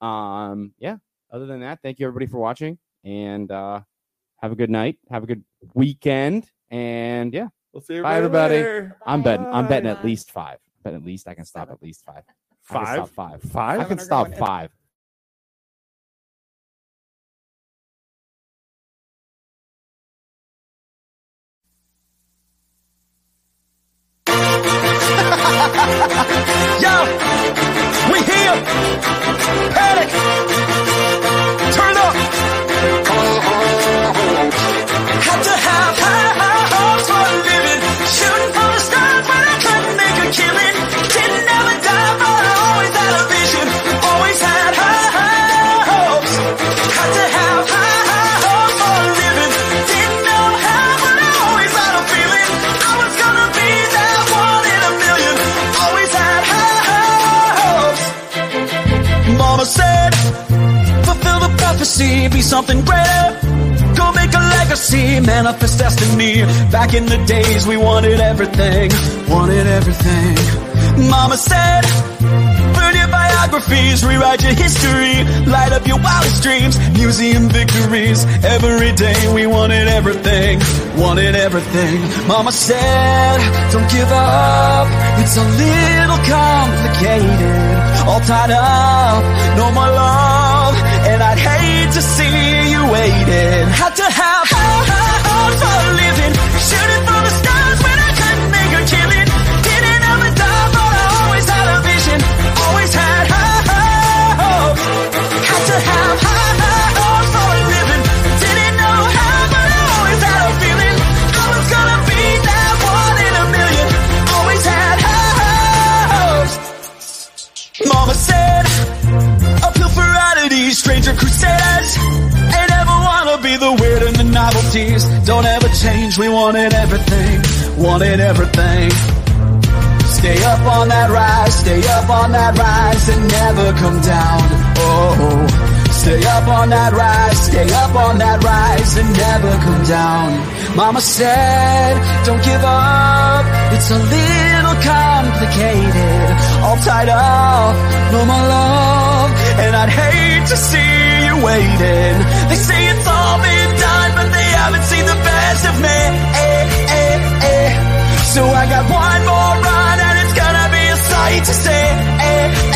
Um, yeah. Other than that, thank you everybody for watching, and uh, have a good night. Have a good weekend, and yeah, we'll see Bye, everybody. everybody. later. I'm betting. I'm betting at Bye. least five. But at least I can stop at least five. I can Five. stop five. Five. I Seven can are stop going in. five. Yo, we here. Panic. Turn up. Had to have high, high hopes for a living. Shooting for the stars, but I couldn't make a killing. Didn't ever die, but I always had a vision. Always had high, high hopes. Had to have high, high hopes for a living. Didn't know how, but I always had a feeling. I was gonna be that one in a million. Always had high, high hopes. Mama said, fulfill the prophecy, be something greater. Go make a legacy, manifest destiny. Back in the days, we wanted everything, wanted everything. Mama said, burn your biographies, rewrite your history, light up your wildest dreams, museum victories. Every day, we wanted everything, wanted everything. Mama said, don't give up, it's a little complicated. All tied up, no more love, and I'd hate to see you waiting. Had to have high, high hopes for a living, shooting for the stars when I couldn't make a killing. Didn't ever die, but I always had a vision, always had high, high hopes. Had to have high, high hopes for a living, didn't know how, but I always had a feeling I was gonna be that one in a million. Always had high, high hopes. Mama said, uphill for oddity, stranger crusaders. Ain't ever wanna be the weird and the novelties. Don't ever change, we wanted everything, wanted everything. Stay up on that rise, stay up on that rise and never come down. Oh, stay up on that rise, stay up on that rise and never come down. Mama said, don't give up, it's a little complicated. All tied up, no more love, and I'd hate to see you waiting. They say it's all been done, but they haven't seen the best of me. Eh, So I got one more run and it's gonna be a sight to see. Eh,